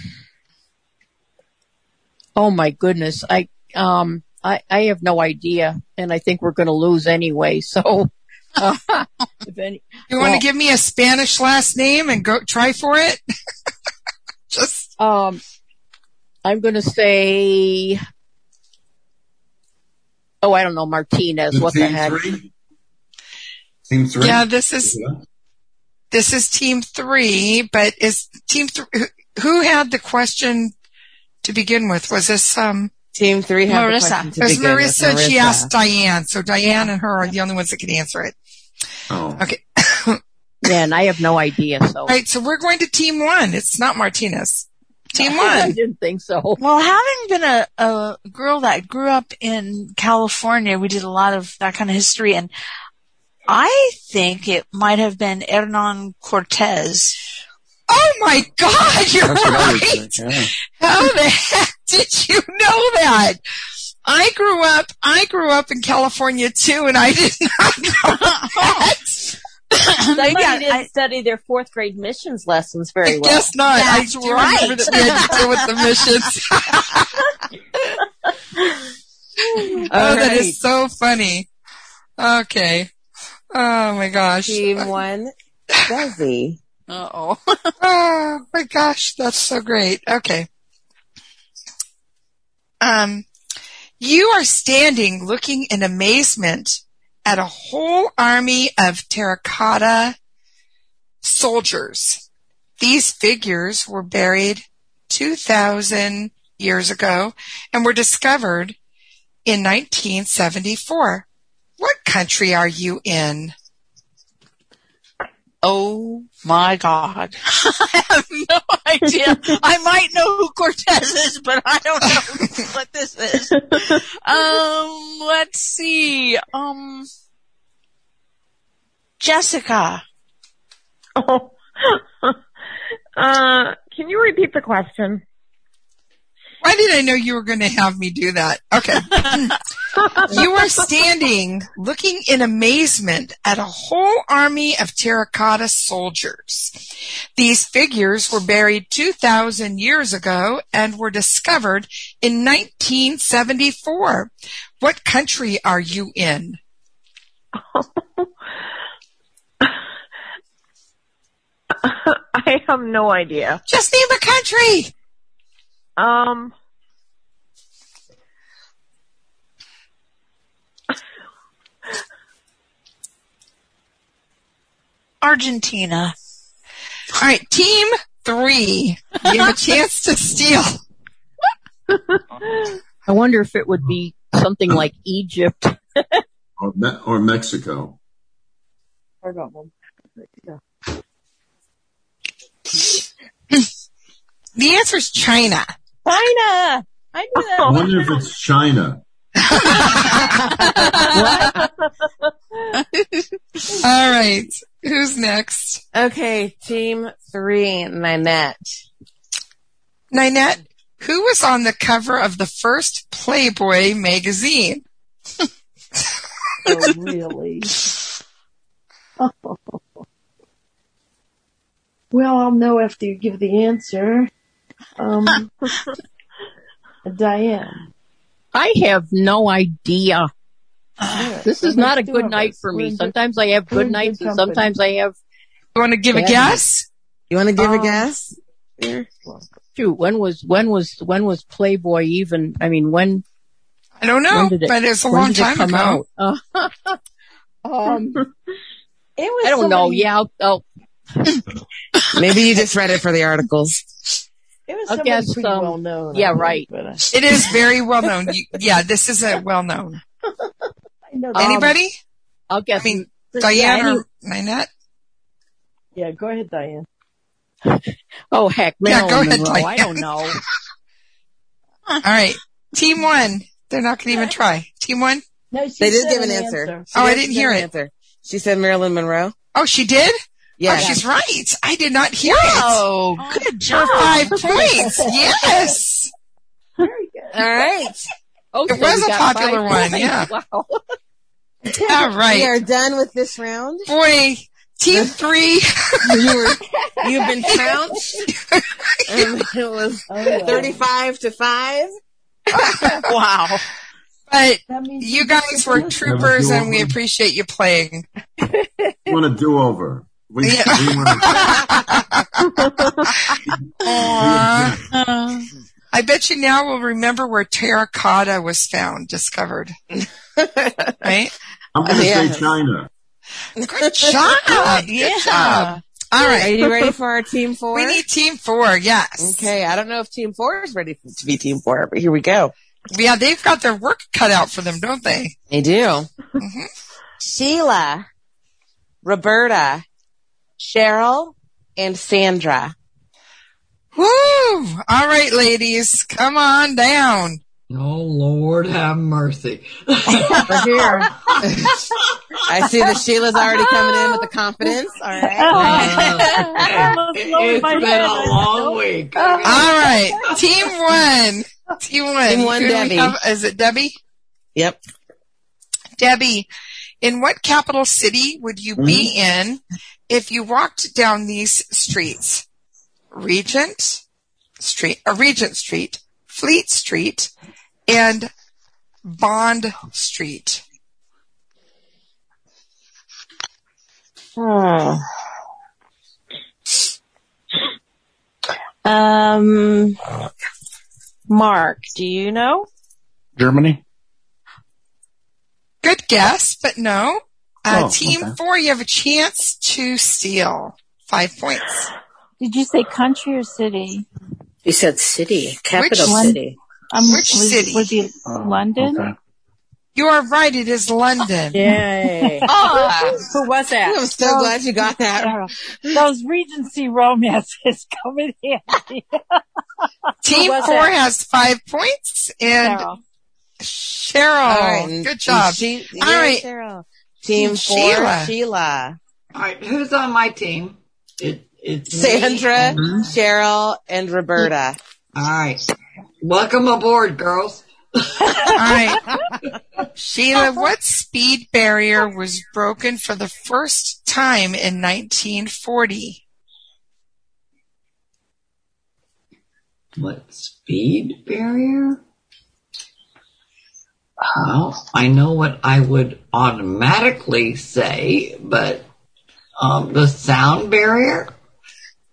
[SPEAKER 6] oh my goodness, I um, I I have no idea, and I think we're going to lose anyway. So, uh, if any,
[SPEAKER 2] You want
[SPEAKER 6] Well-
[SPEAKER 2] to give me a Spanish last name and go try for it? Just
[SPEAKER 6] um, I'm going to say. Oh, I don't know, Martinez.
[SPEAKER 13] Is it
[SPEAKER 6] What the
[SPEAKER 13] team
[SPEAKER 6] heck?
[SPEAKER 13] three? Team three?
[SPEAKER 2] yeah, this is
[SPEAKER 13] Yeah.
[SPEAKER 2] this is team three, but is team th- who- who had the question to begin with? Was this um?
[SPEAKER 3] Team three had
[SPEAKER 12] Marissa.
[SPEAKER 3] the question to
[SPEAKER 2] It was
[SPEAKER 3] begin with.
[SPEAKER 2] Marissa, and she
[SPEAKER 3] Marissa.
[SPEAKER 2] asked Diane, so Diane and her are the only ones that can answer it.
[SPEAKER 13] Oh.
[SPEAKER 2] Okay,
[SPEAKER 6] Yeah, and I have no idea. So
[SPEAKER 2] all right, so we're going to team one. It's not Martinez. Team
[SPEAKER 6] I
[SPEAKER 2] one.
[SPEAKER 6] didn't think so.
[SPEAKER 12] Well, having been a, a girl that grew up in California, we did a lot of that kind of history, and I think it might have been Hernan Cortez.
[SPEAKER 2] Oh my God, you're
[SPEAKER 9] That's what I would
[SPEAKER 2] right.
[SPEAKER 9] think, yeah.
[SPEAKER 2] How the heck did you know that? I grew up, I grew up in California too, and I did not know that.
[SPEAKER 6] Somebody
[SPEAKER 2] Yeah,
[SPEAKER 6] didn't
[SPEAKER 2] I-
[SPEAKER 6] study their fourth grade missions lessons very well.
[SPEAKER 2] Guess not.
[SPEAKER 6] That's
[SPEAKER 2] I do remember that we had to deal with the missions. oh, that is so funny. Okay. Oh my gosh.
[SPEAKER 3] Team one,
[SPEAKER 2] Desi. Uh-oh. oh my gosh, that's so great. Okay. Um, you are standing looking in amazement at a whole army of terracotta soldiers. These figures were buried 2,000 years ago and were discovered in 1974. What country are you in?
[SPEAKER 4] Oh my God. I have no idea. I might know who Cortez is, but I don't know what this is. Um, let's see. Um, Jessica.
[SPEAKER 8] Oh. uh, can you repeat the question?
[SPEAKER 2] Why did I know you were going to have me do that? Okay. you are standing looking in amazement at a whole army of terracotta soldiers. These figures were buried 2,000 years ago and were discovered in 1974. What country are you in?
[SPEAKER 8] I have no idea.
[SPEAKER 2] Just name a country.
[SPEAKER 8] Um.
[SPEAKER 4] Argentina.
[SPEAKER 2] All right, team three. You have a chance to steal.
[SPEAKER 14] I wonder if it would be something like Egypt.
[SPEAKER 13] Or, Me- or Mexico.
[SPEAKER 20] I got one. Yeah.
[SPEAKER 2] The answer is China.
[SPEAKER 6] China. I knew
[SPEAKER 2] Oh,
[SPEAKER 13] I
[SPEAKER 3] Oh.
[SPEAKER 6] that.
[SPEAKER 13] wonder if it's China.
[SPEAKER 2] All right. Who's next?
[SPEAKER 3] Okay, team three, Nanette.
[SPEAKER 2] Nanette, who was on the cover of the first Playboy magazine?
[SPEAKER 20] Oh, really? Well, I'll know after you give the answer. Um, Diane.
[SPEAKER 14] I have no idea. This is
[SPEAKER 20] so
[SPEAKER 14] not a
[SPEAKER 20] there's two
[SPEAKER 14] good
[SPEAKER 20] of
[SPEAKER 14] night
[SPEAKER 20] us.
[SPEAKER 14] for
[SPEAKER 20] We're
[SPEAKER 14] me.
[SPEAKER 20] in good-
[SPEAKER 14] Sometimes I have
[SPEAKER 20] we're in
[SPEAKER 14] good
[SPEAKER 20] good
[SPEAKER 14] nights and
[SPEAKER 20] company.
[SPEAKER 14] sometimes I have.
[SPEAKER 2] You want to give a guess?
[SPEAKER 3] You want to give
[SPEAKER 14] Um,
[SPEAKER 3] a guess?
[SPEAKER 14] Shoot, when was when was when was Playboy even? I mean, when?
[SPEAKER 2] I don't know,
[SPEAKER 14] when did it,
[SPEAKER 2] but it's a
[SPEAKER 14] when
[SPEAKER 2] long
[SPEAKER 14] did it
[SPEAKER 2] time
[SPEAKER 14] come
[SPEAKER 2] ago.
[SPEAKER 14] Out? Uh, um, I don't know.
[SPEAKER 6] somebody-
[SPEAKER 14] Yeah, I'll, I'll,
[SPEAKER 3] Maybe you just read it for the articles.
[SPEAKER 20] It was
[SPEAKER 14] I'll
[SPEAKER 20] somebody
[SPEAKER 14] guess.
[SPEAKER 20] pretty
[SPEAKER 14] um,
[SPEAKER 20] well known. I
[SPEAKER 14] yeah,
[SPEAKER 20] think,
[SPEAKER 14] right.
[SPEAKER 20] But
[SPEAKER 6] uh,
[SPEAKER 20] I,
[SPEAKER 2] It is very well known. You, yeah, this is a well known.
[SPEAKER 20] I know
[SPEAKER 14] Um,
[SPEAKER 20] that.
[SPEAKER 2] Anybody?
[SPEAKER 14] I'll guess.
[SPEAKER 2] I mean,
[SPEAKER 6] um,
[SPEAKER 20] Yeah,
[SPEAKER 2] Diane
[SPEAKER 20] any-
[SPEAKER 2] or Nanette?
[SPEAKER 20] yeah, go ahead, Diane.
[SPEAKER 14] Oh heck,
[SPEAKER 2] Yeah, go
[SPEAKER 14] Marilyn
[SPEAKER 2] ahead,
[SPEAKER 14] Monroe. I
[SPEAKER 2] Diane.
[SPEAKER 14] don't know.
[SPEAKER 2] All right. Team one. They're not going to even try. Team one?
[SPEAKER 20] No, she
[SPEAKER 3] They did
[SPEAKER 20] said
[SPEAKER 3] give an answer. She
[SPEAKER 2] Oh, I
[SPEAKER 3] did
[SPEAKER 2] didn't
[SPEAKER 3] give
[SPEAKER 2] hear
[SPEAKER 3] an
[SPEAKER 2] it.
[SPEAKER 3] Answer. She said Marilyn Monroe.
[SPEAKER 2] Oh, she did?
[SPEAKER 3] Yeah.
[SPEAKER 2] Oh, she's right. I did not hear it.
[SPEAKER 4] Oh, good
[SPEAKER 2] For
[SPEAKER 4] job.
[SPEAKER 2] five points. Yes.
[SPEAKER 20] Very good.
[SPEAKER 3] All right.
[SPEAKER 14] Oh,
[SPEAKER 2] It
[SPEAKER 14] so
[SPEAKER 2] was
[SPEAKER 14] we
[SPEAKER 2] a
[SPEAKER 14] got
[SPEAKER 2] popular
[SPEAKER 14] five
[SPEAKER 2] one,
[SPEAKER 14] points.
[SPEAKER 2] yeah.
[SPEAKER 14] Wow.
[SPEAKER 2] All
[SPEAKER 3] We
[SPEAKER 2] right.
[SPEAKER 3] are done with this round.
[SPEAKER 2] Boy, team three.
[SPEAKER 3] You were, you've been trounced. Um, it was
[SPEAKER 20] Oh, yeah.
[SPEAKER 3] 35 to 5.
[SPEAKER 4] Wow.
[SPEAKER 2] But
[SPEAKER 20] That means
[SPEAKER 2] you
[SPEAKER 20] she gets
[SPEAKER 2] guys
[SPEAKER 20] to
[SPEAKER 2] were
[SPEAKER 20] listen.
[SPEAKER 2] troopers and we
[SPEAKER 13] Never do
[SPEAKER 2] appreciate you playing.
[SPEAKER 13] Want a do-over. We,
[SPEAKER 2] Yeah.
[SPEAKER 13] we want to
[SPEAKER 2] Aw.
[SPEAKER 4] Uh,
[SPEAKER 2] I bet you now will remember where terracotta was found, discovered. right?
[SPEAKER 13] I'm going to
[SPEAKER 3] Yes.
[SPEAKER 13] say China.
[SPEAKER 2] Good job.
[SPEAKER 4] yeah.
[SPEAKER 2] Good job. All
[SPEAKER 3] Are
[SPEAKER 2] right.
[SPEAKER 3] you ready for our team four?
[SPEAKER 2] We need team four. Yes.
[SPEAKER 3] okay. I don't know if team four is ready to be team four, but here we go.
[SPEAKER 2] Yeah, they've got their work cut out for them, don't they?
[SPEAKER 3] They do.
[SPEAKER 2] Mhm.
[SPEAKER 3] Sheila, Roberta, Cheryl, and Sandra.
[SPEAKER 2] Woo! All right, ladies, come on down.
[SPEAKER 13] Oh Lord, have mercy.
[SPEAKER 3] We're here. I see that Sheila's already coming in with the confidence. All right.
[SPEAKER 13] It's been a long week.
[SPEAKER 2] All right. Team one. Team one.
[SPEAKER 3] Team one,
[SPEAKER 2] Who do we
[SPEAKER 3] Debbie.
[SPEAKER 2] have? Is it Debbie?
[SPEAKER 3] Yep.
[SPEAKER 2] Debbie, in what capital city would you be
[SPEAKER 21] Mm-hmm.
[SPEAKER 2] in if you walked down these streets? Regent Street, uh, Regent Street, Fleet Street, and Bond Street.
[SPEAKER 22] Hmm. Um, Mark, do you know?
[SPEAKER 21] Germany?
[SPEAKER 2] Good guess, but no. Uh,
[SPEAKER 21] Oh,
[SPEAKER 2] team
[SPEAKER 21] okay.
[SPEAKER 2] four, you have a chance to steal five points.
[SPEAKER 4] Did you say country or city?
[SPEAKER 23] You said city,
[SPEAKER 2] capital
[SPEAKER 4] Lon-
[SPEAKER 2] city.
[SPEAKER 4] Um,
[SPEAKER 2] Which
[SPEAKER 4] was,
[SPEAKER 2] city?
[SPEAKER 4] Was it London?
[SPEAKER 2] You are right. It is London.
[SPEAKER 4] Yay.
[SPEAKER 3] Ah.
[SPEAKER 4] Who was that?
[SPEAKER 3] I'm so glad you got that.
[SPEAKER 4] Those Regency romances coming in.
[SPEAKER 2] Team four has five points and Cheryl.
[SPEAKER 3] All right, and-
[SPEAKER 2] Good job.
[SPEAKER 3] and she-
[SPEAKER 2] All
[SPEAKER 3] yeah,
[SPEAKER 2] right.
[SPEAKER 3] Cheryl. Team four,
[SPEAKER 2] Sheila.
[SPEAKER 3] Sheila.
[SPEAKER 13] All right, who's on my team? It, it's me Mm-hmm.
[SPEAKER 3] Sandra,
[SPEAKER 13] and-
[SPEAKER 3] Cheryl, and Roberta.
[SPEAKER 13] All right. Welcome aboard, girls.
[SPEAKER 2] All right. Sheila, what speed barrier was broken for the first time in 1940?
[SPEAKER 13] What speed barrier? Well, I know what I would automatically say, but um, the sound barrier.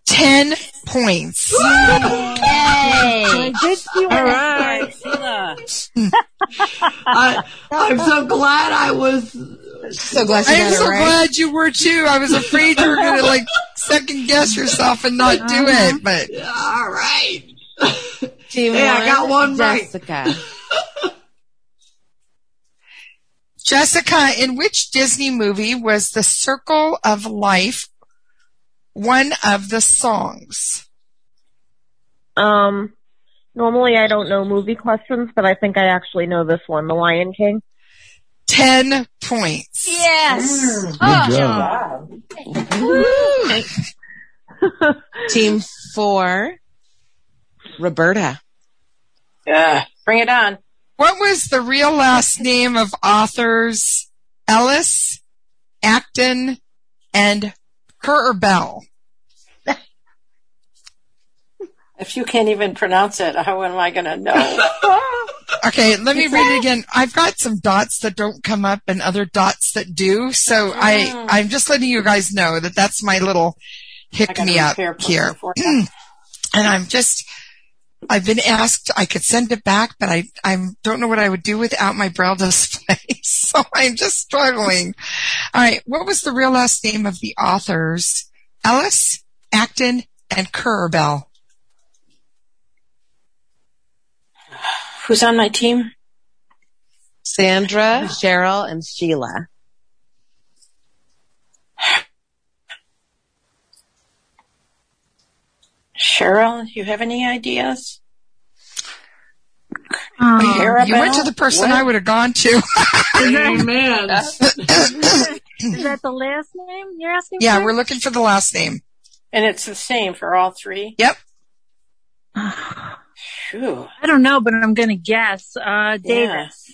[SPEAKER 2] 10 points.
[SPEAKER 4] Good you
[SPEAKER 13] All
[SPEAKER 4] were
[SPEAKER 13] right.
[SPEAKER 4] right, Sheila.
[SPEAKER 13] I, I'm so glad I was. So
[SPEAKER 3] glad
[SPEAKER 2] I am so glad you were too. I was afraid you were going to like second guess yourself and not do it, but
[SPEAKER 13] All right.
[SPEAKER 3] Team
[SPEAKER 13] Hey, I got one right.
[SPEAKER 3] Jessica.
[SPEAKER 2] Jessica, in which Disney movie was the Circle of Life one of the songs?
[SPEAKER 8] Um, normally I don't know movie questions, but I think I actually know this one, The Lion King.
[SPEAKER 2] 10 points.
[SPEAKER 6] Yes.
[SPEAKER 2] Good
[SPEAKER 6] Oh.
[SPEAKER 2] job.
[SPEAKER 3] Team four, Roberta.
[SPEAKER 22] Yeah. Bring it on.
[SPEAKER 2] What was the real last name of authors Ellis, Acton, and Kerr Bell?
[SPEAKER 8] If you can't even pronounce it, how am I going to know?
[SPEAKER 2] Okay, let me read it again. I've got some dots that don't come up and other dots that do. So I, I'm just letting you guys know that that's my little hick me up here. Mm. and I'm just, I've been asked, I could send it back, but I, I don't know what I would do without my braille display. so I'm just struggling. All right. What was the real last name of the authors? Ellis, Acton, and Kerr Bell.
[SPEAKER 8] Who's on my team?
[SPEAKER 3] Sandra, Cheryl, and Sheila.
[SPEAKER 8] Cheryl, you have any ideas?
[SPEAKER 2] Um, you went to the person I would have gone to.
[SPEAKER 13] Amen.
[SPEAKER 8] Is that the last name you're asking
[SPEAKER 2] yeah, we're looking for the last name.
[SPEAKER 8] And it's the same for all three?
[SPEAKER 2] Yep.
[SPEAKER 8] Phew.
[SPEAKER 4] I don't know, but I'm going to guess. Uh, Davis.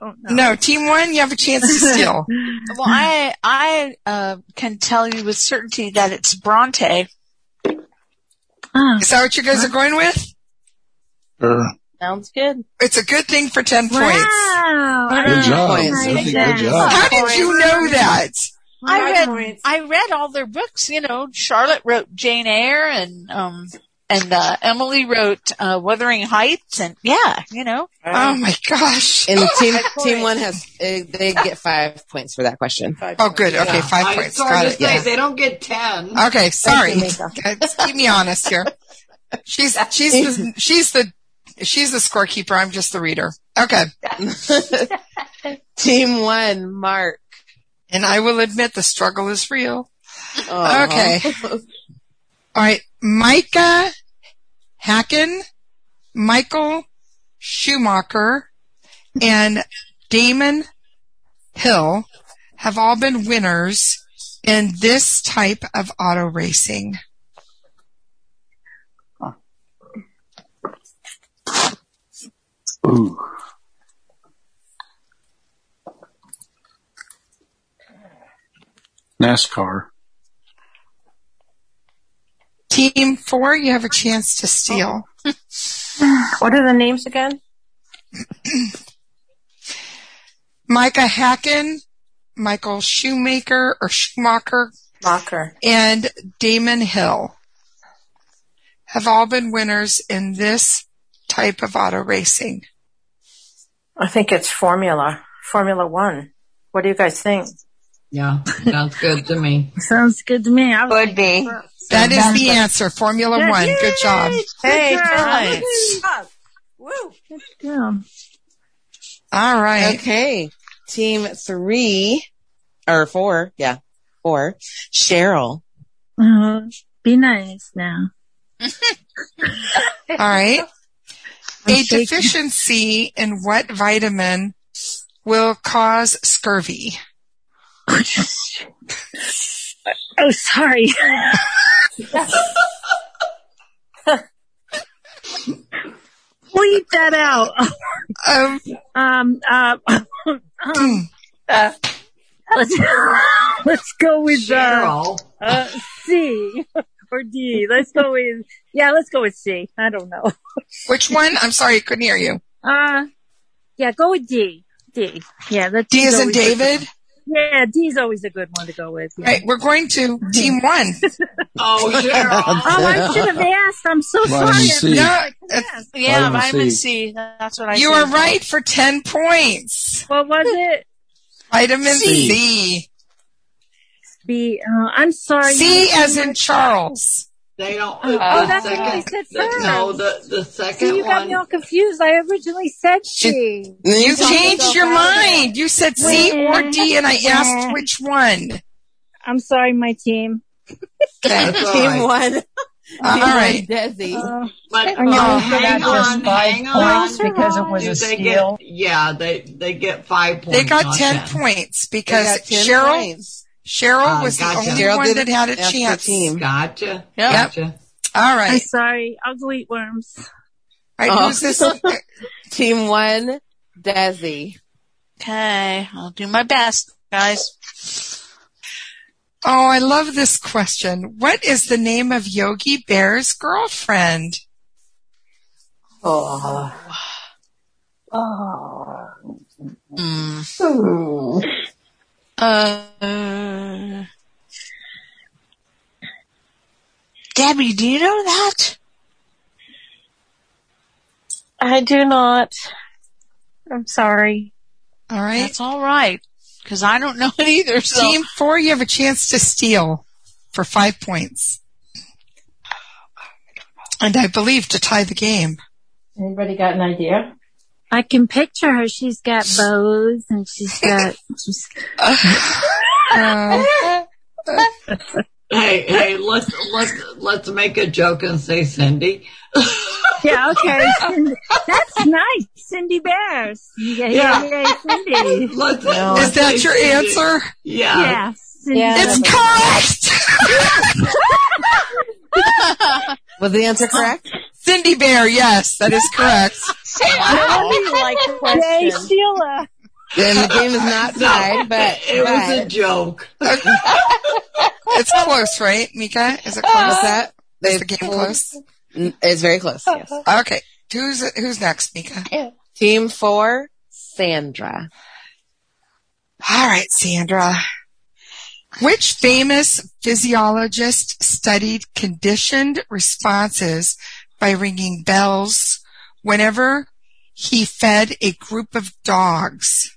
[SPEAKER 8] Oh.
[SPEAKER 2] No, team one, you have a chance to steal.
[SPEAKER 6] Well, I I uh, can tell you with certainty that it's Bronte.
[SPEAKER 2] Is that what you guys are going with?
[SPEAKER 24] Er,
[SPEAKER 8] Sounds good.
[SPEAKER 2] It's a good thing for 10
[SPEAKER 6] Wow,
[SPEAKER 2] points.
[SPEAKER 6] I
[SPEAKER 21] Good job. That's a good job.
[SPEAKER 2] How did you know that?
[SPEAKER 6] I read I read all their books. You know, Charlotte wrote Jane Eyre, and um and uh, Emily wrote uh, Wuthering Heights, and yeah, you know.
[SPEAKER 2] Oh my gosh!
[SPEAKER 3] And team
[SPEAKER 6] Five
[SPEAKER 3] team
[SPEAKER 6] points.
[SPEAKER 3] one has uh, they get five points for that question.
[SPEAKER 2] Oh, good. Okay, five
[SPEAKER 13] I
[SPEAKER 2] points.
[SPEAKER 13] sorry
[SPEAKER 2] Got
[SPEAKER 13] to
[SPEAKER 2] it.
[SPEAKER 13] say,
[SPEAKER 2] Yeah.
[SPEAKER 13] they don't get ten.
[SPEAKER 2] Okay, sorry.
[SPEAKER 13] Thank
[SPEAKER 2] Okay, just Keep me honest here. She's she's the, she's the she's the scorekeeper. I'm just the reader. Okay.
[SPEAKER 3] Team one, Mark.
[SPEAKER 2] And I will admit the struggle is real. Oh.
[SPEAKER 3] Uh-huh.
[SPEAKER 2] Okay. All right, Micah Hacken, Michael Schumacher, and Damon Hill have all been winners in this type of auto racing.
[SPEAKER 9] NASCAR.
[SPEAKER 2] Team four, you have a chance to steal.
[SPEAKER 6] What are the names again?
[SPEAKER 2] Micah Hacken, Michael Shoemaker or Schumacher,
[SPEAKER 6] Mocker.
[SPEAKER 2] and Damon Hill have all been winners in this type of auto racing.
[SPEAKER 6] I think it's Formula. Formula One. What do you guys think?
[SPEAKER 25] Yeah, sounds good to me.
[SPEAKER 6] Sounds good to me. I Would be.
[SPEAKER 2] That is the answer. Formula
[SPEAKER 6] Yeah,
[SPEAKER 2] One.
[SPEAKER 6] yay!
[SPEAKER 2] Good job.
[SPEAKER 6] Hey,
[SPEAKER 26] Woo.
[SPEAKER 2] All right.
[SPEAKER 3] Okay. Team three or four. Yeah. Four. Cheryl.
[SPEAKER 5] Oh, be nice now.
[SPEAKER 2] All right.
[SPEAKER 5] I'm
[SPEAKER 2] A
[SPEAKER 5] shaking.
[SPEAKER 2] deficiency in what vitamin will cause scurvy?
[SPEAKER 5] Oh, sorry. Bleep that out.
[SPEAKER 2] Um,
[SPEAKER 5] um, uh,
[SPEAKER 2] Hmm.
[SPEAKER 5] um, uh, let's, let's go with uh,
[SPEAKER 25] Cheryl.
[SPEAKER 5] uh, C or D. Let's go with yeah. Let's go with C. I don't know.
[SPEAKER 2] Which one? I'm sorry, I couldn't hear you.
[SPEAKER 5] Uh, yeah, go with D. D. Yeah, let's
[SPEAKER 2] D as
[SPEAKER 5] go
[SPEAKER 2] in
[SPEAKER 5] with D.
[SPEAKER 2] David?
[SPEAKER 5] Yeah, D's always a good one to go with. yeah.
[SPEAKER 2] Right, we're going to team one.
[SPEAKER 25] oh,
[SPEAKER 5] Oh, I should have asked. I'm so
[SPEAKER 2] Vitamin
[SPEAKER 5] sorry.
[SPEAKER 2] C. Yeah, it's-
[SPEAKER 4] Yeah,
[SPEAKER 2] Vitamin
[SPEAKER 4] vitamin
[SPEAKER 2] C.
[SPEAKER 4] C. That's what I.
[SPEAKER 2] You
[SPEAKER 4] said.
[SPEAKER 2] are right for 10 points.
[SPEAKER 5] What was it?
[SPEAKER 2] Vitamin
[SPEAKER 5] C.
[SPEAKER 2] C.
[SPEAKER 5] B. Uh, I'm sorry.
[SPEAKER 2] C as in Charles.
[SPEAKER 25] They don't.
[SPEAKER 5] Oh,
[SPEAKER 25] the
[SPEAKER 5] that's what I
[SPEAKER 25] second-
[SPEAKER 5] said first.
[SPEAKER 25] No, the the
[SPEAKER 5] See,
[SPEAKER 25] second
[SPEAKER 5] you got
[SPEAKER 25] one.
[SPEAKER 5] me all confused. I originally said C.
[SPEAKER 2] You changed your mind. You said C or D, and I
[SPEAKER 5] Yeah.
[SPEAKER 2] asked which one.
[SPEAKER 5] I'm sorry, my team.
[SPEAKER 2] That's all
[SPEAKER 5] Team
[SPEAKER 2] right.
[SPEAKER 5] one.
[SPEAKER 2] All right.
[SPEAKER 14] Desi.
[SPEAKER 25] But
[SPEAKER 5] I know,
[SPEAKER 25] uh,
[SPEAKER 5] so that
[SPEAKER 25] hang
[SPEAKER 5] was
[SPEAKER 25] on,
[SPEAKER 5] five
[SPEAKER 25] hang on,
[SPEAKER 5] points because it was
[SPEAKER 25] Do
[SPEAKER 5] a
[SPEAKER 25] they
[SPEAKER 5] steal?
[SPEAKER 25] Get, yeah, they they get five points.
[SPEAKER 2] They got
[SPEAKER 25] not
[SPEAKER 2] 10
[SPEAKER 25] ten.
[SPEAKER 2] points because
[SPEAKER 25] got 10
[SPEAKER 2] Cheryl
[SPEAKER 25] points.
[SPEAKER 2] Cheryl
[SPEAKER 25] Uh,
[SPEAKER 2] was the
[SPEAKER 25] gotcha.
[SPEAKER 2] only
[SPEAKER 25] Cheryl
[SPEAKER 2] one
[SPEAKER 25] did
[SPEAKER 2] that
[SPEAKER 25] it
[SPEAKER 2] had a
[SPEAKER 25] after
[SPEAKER 2] chance.
[SPEAKER 25] team. Gotcha.
[SPEAKER 2] Yep.
[SPEAKER 25] Gotcha.
[SPEAKER 2] All
[SPEAKER 5] I'm
[SPEAKER 2] right.
[SPEAKER 5] sorry. Ugly worms.
[SPEAKER 2] All right, who's this?
[SPEAKER 3] Team one, Desi.
[SPEAKER 4] Okay, I'll do my best, guys.
[SPEAKER 2] Oh, I love this question. What is the name of Yogi Bear's girlfriend?
[SPEAKER 25] Oh.
[SPEAKER 4] Oh. Mm. Uh, Debbie, do you know that?
[SPEAKER 6] I do not. I'm sorry.
[SPEAKER 2] All right.
[SPEAKER 4] That's all right, because I don't know it either. So.
[SPEAKER 2] Team four, you have a chance to steal for five points. And I believe to tie the game.
[SPEAKER 5] Anybody got an idea? I can picture her. She's got bows and she's got. She's,
[SPEAKER 4] Oh.
[SPEAKER 25] Hey, hey, let's let's let's make a joke and say Cindy.
[SPEAKER 5] yeah, okay. Cindy. That's nice, Cindy Bears. Yeah, yeah, yeah, Cindy.
[SPEAKER 25] Let's,
[SPEAKER 2] Is
[SPEAKER 25] let's
[SPEAKER 2] that
[SPEAKER 25] say
[SPEAKER 2] your
[SPEAKER 25] Cindy.
[SPEAKER 2] answer?
[SPEAKER 25] Yeah.
[SPEAKER 2] It's correct!
[SPEAKER 3] Was the answer correct?
[SPEAKER 2] Cindy Bear, yes, that is correct.
[SPEAKER 6] like
[SPEAKER 5] Yay, Sheila.
[SPEAKER 3] Then the game is not
[SPEAKER 25] No,
[SPEAKER 3] tied, but,
[SPEAKER 25] it was a
[SPEAKER 3] but-
[SPEAKER 25] joke.
[SPEAKER 2] It's close, right, Mika? Is it close?
[SPEAKER 3] What's that?
[SPEAKER 2] Is
[SPEAKER 3] They
[SPEAKER 2] the game
[SPEAKER 3] pulled-
[SPEAKER 2] close?
[SPEAKER 3] N- It's very close. Yes.
[SPEAKER 2] Okay. Who's who's next, Mika?
[SPEAKER 3] Team four, Sandra.
[SPEAKER 2] All right, Sandra. Which famous physiologist studied conditioned responses by ringing bells whenever he fed a group of dogs?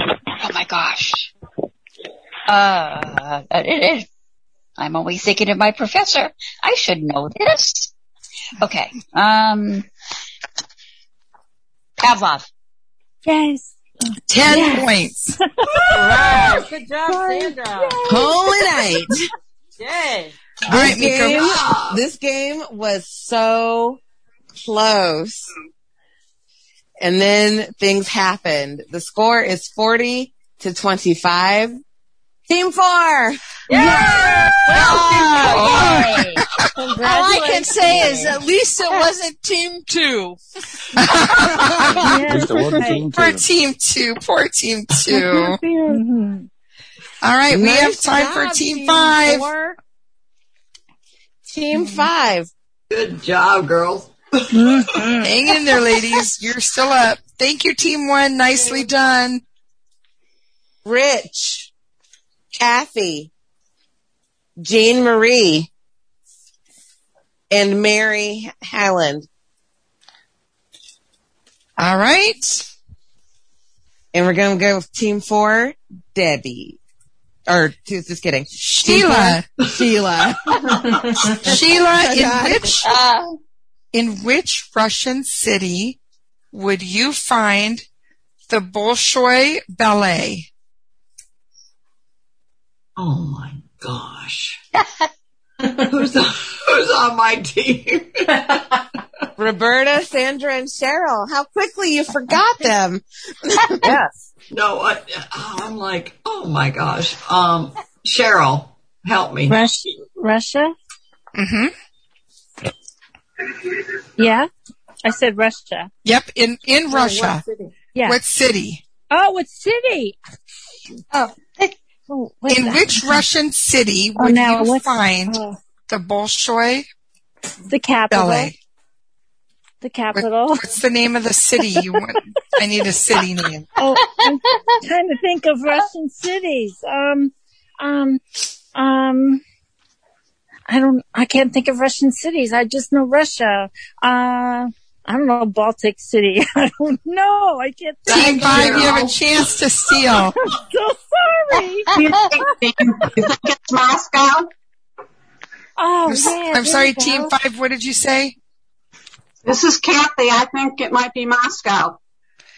[SPEAKER 27] Oh my gosh. Uh, it is. I'm always thinking of my professor. I should know this. Okay. Um, Pavlov.
[SPEAKER 5] Yes.
[SPEAKER 2] Ten points.
[SPEAKER 6] Ah, Good job, Sandra.
[SPEAKER 3] Holy night.
[SPEAKER 6] Yay.
[SPEAKER 2] All right,
[SPEAKER 3] this,
[SPEAKER 2] Mika.
[SPEAKER 3] game, this game was so close. And then things happened. The score is 40 to 25. Team four!
[SPEAKER 4] All I can say is at least it wasn't team two.
[SPEAKER 2] At
[SPEAKER 4] least it wasn't team two.
[SPEAKER 2] Poor team two. Poor team two. Mm-hmm.
[SPEAKER 5] Mhm.
[SPEAKER 2] All right, we have
[SPEAKER 3] Nice
[SPEAKER 2] time
[SPEAKER 3] job,
[SPEAKER 2] for team,
[SPEAKER 3] team
[SPEAKER 2] five.
[SPEAKER 3] four. Team five.
[SPEAKER 25] Good job, girls.
[SPEAKER 2] Hang in there, ladies. You're still up. Thank you, team one. Nicely done.
[SPEAKER 3] Rich, Kathy, Jean Marie, and Mary Highland.
[SPEAKER 2] All right.
[SPEAKER 3] And we're going to go with team four, Debbie. Or, t- just kidding.
[SPEAKER 2] Sheila.
[SPEAKER 3] Team four, Sheila.
[SPEAKER 2] Sheila, in
[SPEAKER 3] God.
[SPEAKER 2] which in which Russian city would you find the Bolshoi Ballet?
[SPEAKER 25] Oh my gosh. who's, on, who's on my team?
[SPEAKER 3] Roberta, Sandra, and Cheryl. How quickly you forgot them.
[SPEAKER 25] yes. No, I, Uh, I'm like, oh my gosh. Um, Cheryl, help me.
[SPEAKER 26] Russia? Russia?
[SPEAKER 2] Mm-hmm.
[SPEAKER 26] Yeah? I said Russia. Oh,
[SPEAKER 2] Yep, in in Russia.
[SPEAKER 26] Yeah.
[SPEAKER 2] What city?
[SPEAKER 26] Oh, what city?
[SPEAKER 2] Oh.
[SPEAKER 26] wait.
[SPEAKER 2] in which Russian city
[SPEAKER 26] Oh,
[SPEAKER 2] would
[SPEAKER 26] now
[SPEAKER 2] you
[SPEAKER 26] what's- oh.
[SPEAKER 2] find the Bolshoi
[SPEAKER 26] The capital.
[SPEAKER 2] Ballet?
[SPEAKER 26] The capital.
[SPEAKER 2] What's the name of the city you want? I need a city name.
[SPEAKER 26] oh, I'm trying to think of Russian cities. Um, um, um, I don't, I can't think of Russian cities. I just know Russia. Uh, I don't know, Baltic City. I don't know. I can't think.
[SPEAKER 2] Team five, you have a chance to steal.
[SPEAKER 26] so sorry.
[SPEAKER 27] it's Moscow.
[SPEAKER 26] Oh,
[SPEAKER 2] I'm, s- I'm sorry, team five. What did you say?
[SPEAKER 12] This is Kathy. I think it might be Moscow.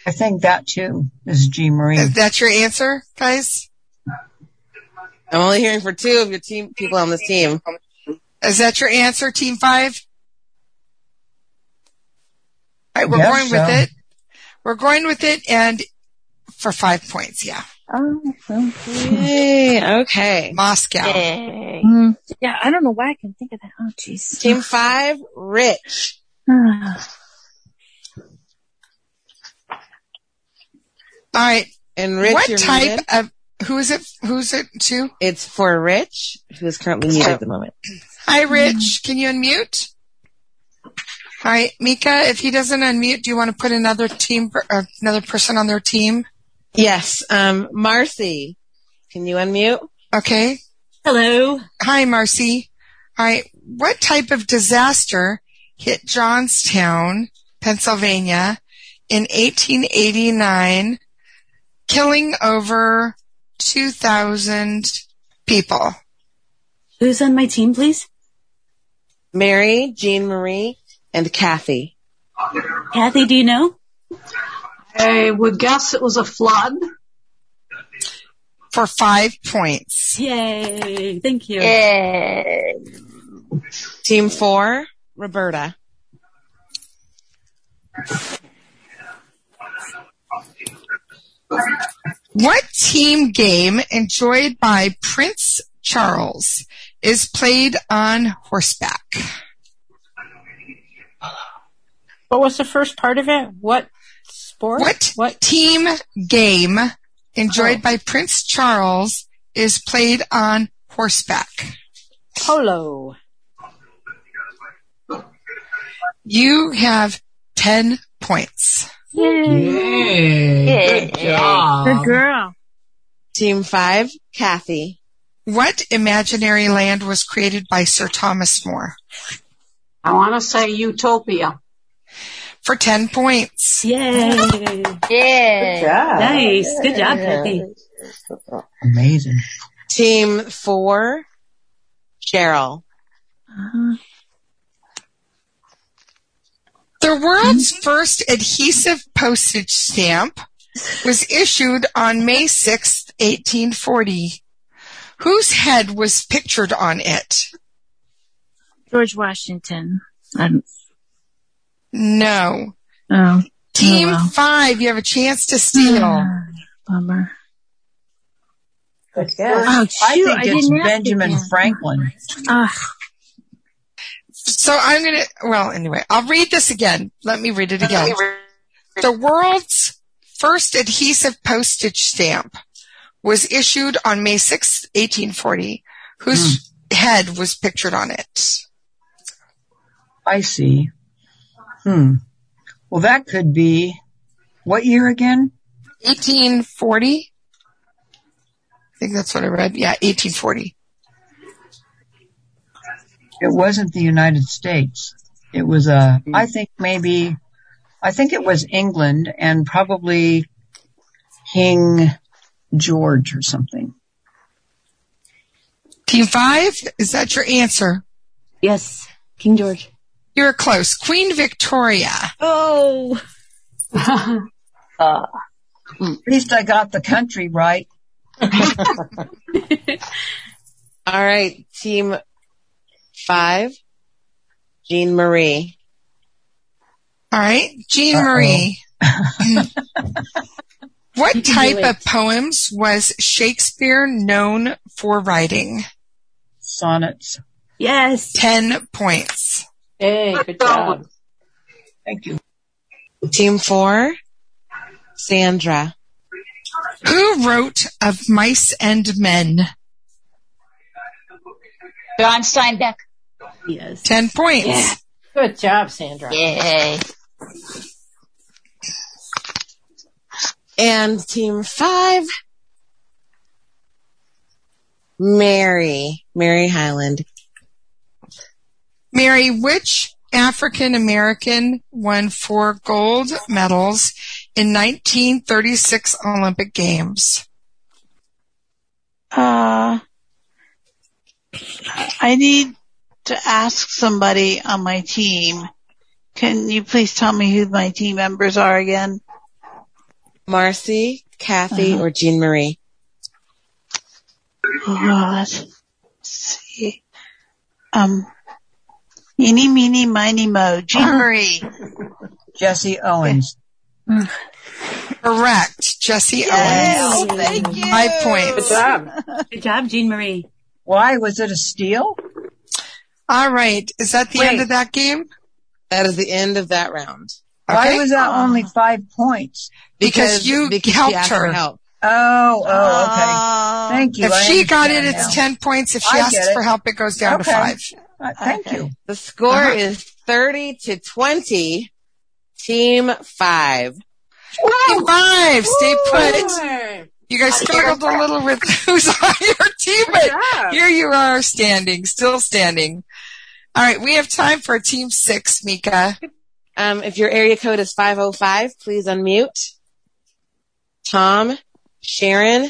[SPEAKER 28] I think that too is G Marie.
[SPEAKER 2] Is that your answer, guys?
[SPEAKER 3] I'm only hearing for two of your team people on this team.
[SPEAKER 2] Is that your answer, team five? All right, we're
[SPEAKER 3] Guess
[SPEAKER 2] going with
[SPEAKER 3] so.
[SPEAKER 2] it. We're going with it and for five points, yeah.
[SPEAKER 26] Oh,
[SPEAKER 3] okay.
[SPEAKER 2] Moscow.
[SPEAKER 26] yeah, I don't know why I can think of that. Oh, jeez.
[SPEAKER 3] Team five, Rich.
[SPEAKER 2] All right.
[SPEAKER 3] And Rich,
[SPEAKER 2] what
[SPEAKER 3] you're
[SPEAKER 2] type
[SPEAKER 3] muted.
[SPEAKER 2] of who is it? Who's it to?
[SPEAKER 3] It's for Rich, who is currently muted at the moment.
[SPEAKER 2] Hi, Rich. Can you unmute? All right, Mika. If he doesn't unmute, do you want to put another team, per- uh, another person on their team?
[SPEAKER 3] Yes. Um, Marcy, can you unmute?
[SPEAKER 2] Okay.
[SPEAKER 26] Hello.
[SPEAKER 2] Hi, Marcy. All right. What type of disaster hit Johnstown, Pennsylvania in 1889, killing over 2,000 people?
[SPEAKER 3] Who's on my team, please? Mary, Jean Marie, and Kathy.
[SPEAKER 12] Kathy, do you know? I would guess it was a flood.
[SPEAKER 2] For five points.
[SPEAKER 12] Yay. Thank you.
[SPEAKER 3] Team four, Roberta.
[SPEAKER 2] What team game enjoyed by Prince Charles is played on horseback?
[SPEAKER 26] What was the first part of it? What sport?
[SPEAKER 2] What, team game enjoyed by Prince Charles is played on horseback?
[SPEAKER 26] Polo.
[SPEAKER 2] You have 10 points.
[SPEAKER 25] Yay. Good job.
[SPEAKER 26] girl.
[SPEAKER 3] Team five, Kathy.
[SPEAKER 2] What imaginary land was created by Sir Thomas More?
[SPEAKER 12] I want to say Utopia.
[SPEAKER 2] For 10 points.
[SPEAKER 12] Yay.
[SPEAKER 27] Yeah.
[SPEAKER 12] Nice. Good job, Kathy.
[SPEAKER 3] Amazing. Team four, Cheryl.
[SPEAKER 2] The world's first adhesive postage stamp was issued on May 6th, 1840. Whose head was pictured on it?
[SPEAKER 26] George Washington. I'm
[SPEAKER 2] No.
[SPEAKER 12] Oh.
[SPEAKER 2] Team
[SPEAKER 12] Oh, well.
[SPEAKER 2] five, you have a chance to steal.
[SPEAKER 12] Bummer.
[SPEAKER 2] Good
[SPEAKER 28] Oh, I think it's Benjamin Franklin.
[SPEAKER 2] So I'm going to, well, anyway, I'll read this again. Let me read it again. The world's first adhesive postage stamp was issued on May sixth, 1840, whose head was pictured on it.
[SPEAKER 28] I see. Hmm. Well, that could be what year again?
[SPEAKER 2] 1840. I think that's what I read. Yeah, 1840.
[SPEAKER 28] It wasn't the United States. It was uh, I think maybe, I think it was England and probably King George or something.
[SPEAKER 2] Team five, is that your answer? Yes, King George. You're close. Queen Victoria.
[SPEAKER 28] Oh. at least I got the country right.
[SPEAKER 3] All right, team five, Jean Marie.
[SPEAKER 2] All right, Jean Marie. What type of poems was Shakespeare known for writing?
[SPEAKER 28] Sonnets.
[SPEAKER 2] Yes. 10 points.
[SPEAKER 3] Hey, good job.
[SPEAKER 28] Thank you.
[SPEAKER 3] Team four, Sandra.
[SPEAKER 2] Who wrote Of Mice and Men?
[SPEAKER 27] John Steinbeck.
[SPEAKER 2] Yes. 10 points.
[SPEAKER 27] Yeah.
[SPEAKER 20] Good job, Sandra.
[SPEAKER 27] Yay.
[SPEAKER 3] And team five, Mary, Mary Highland.
[SPEAKER 2] Mary, which African American won four gold medals in 1936 Olympic Games?
[SPEAKER 1] Uh, I need to ask somebody on my team. Can you please tell me who my team members are again?
[SPEAKER 3] Marcy, Kathy,
[SPEAKER 2] Uh-huh.
[SPEAKER 3] or Jean Marie?
[SPEAKER 1] Oh, God. Let's see. Um, eeny, meeny, miny, mo. Jean Marie.
[SPEAKER 28] Jesse Owens.
[SPEAKER 2] Correct. Jesse Owens.
[SPEAKER 1] thank you.
[SPEAKER 2] Five points.
[SPEAKER 12] Good job, Jean Marie.
[SPEAKER 28] Why? Was it a steal?
[SPEAKER 2] All right. Is that the end of that game?
[SPEAKER 3] That is the end of that round.
[SPEAKER 28] Why was that only five points?
[SPEAKER 2] Because you
[SPEAKER 3] because she
[SPEAKER 2] helped
[SPEAKER 3] asked for
[SPEAKER 2] her.
[SPEAKER 3] help.
[SPEAKER 28] Oh,
[SPEAKER 3] Uh,
[SPEAKER 28] oh, okay. Thank you.
[SPEAKER 2] If
[SPEAKER 28] I
[SPEAKER 2] she got it,
[SPEAKER 28] understand
[SPEAKER 2] it's
[SPEAKER 28] now.
[SPEAKER 2] 10 points. If she
[SPEAKER 28] I get
[SPEAKER 2] asks
[SPEAKER 28] it.
[SPEAKER 2] for help, it goes down
[SPEAKER 28] Okay.
[SPEAKER 2] to five.
[SPEAKER 28] Uh, thank you.
[SPEAKER 3] The score
[SPEAKER 2] Uh-huh.
[SPEAKER 3] is 30 to 20. Team five.
[SPEAKER 2] Team five, stay put. You guys struggled a little with who's on your team, but here you are standing, still standing. All right, we have time for team six, Mika.
[SPEAKER 3] Um, if your area code is 505, please unmute. Tom, Sharon,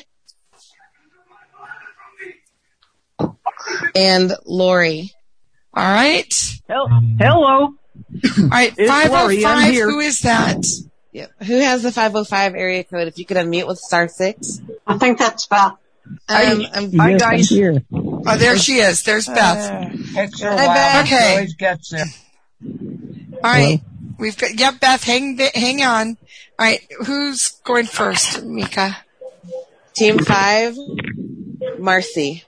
[SPEAKER 3] and Lori.
[SPEAKER 2] All right.
[SPEAKER 3] Hello.
[SPEAKER 2] All right,
[SPEAKER 3] Hmm. It's Lori, I'm
[SPEAKER 2] 505,
[SPEAKER 3] here.
[SPEAKER 2] who is that?
[SPEAKER 3] Yeah. Who has the 505 area code? If you could unmute with star six. I think that's Beth. Um, I'm,
[SPEAKER 28] Hi, Yes, I'm guys. here.
[SPEAKER 2] Oh, there she is.
[SPEAKER 28] uh,
[SPEAKER 2] There's Beth.
[SPEAKER 28] It's your
[SPEAKER 2] Hi,
[SPEAKER 28] wild.
[SPEAKER 2] Beth. Okay.
[SPEAKER 28] She always gets there.
[SPEAKER 2] All right. We've got, yep, Beth, hang, hang on. All right, who's going first, Mika?
[SPEAKER 3] Team five, Marcy.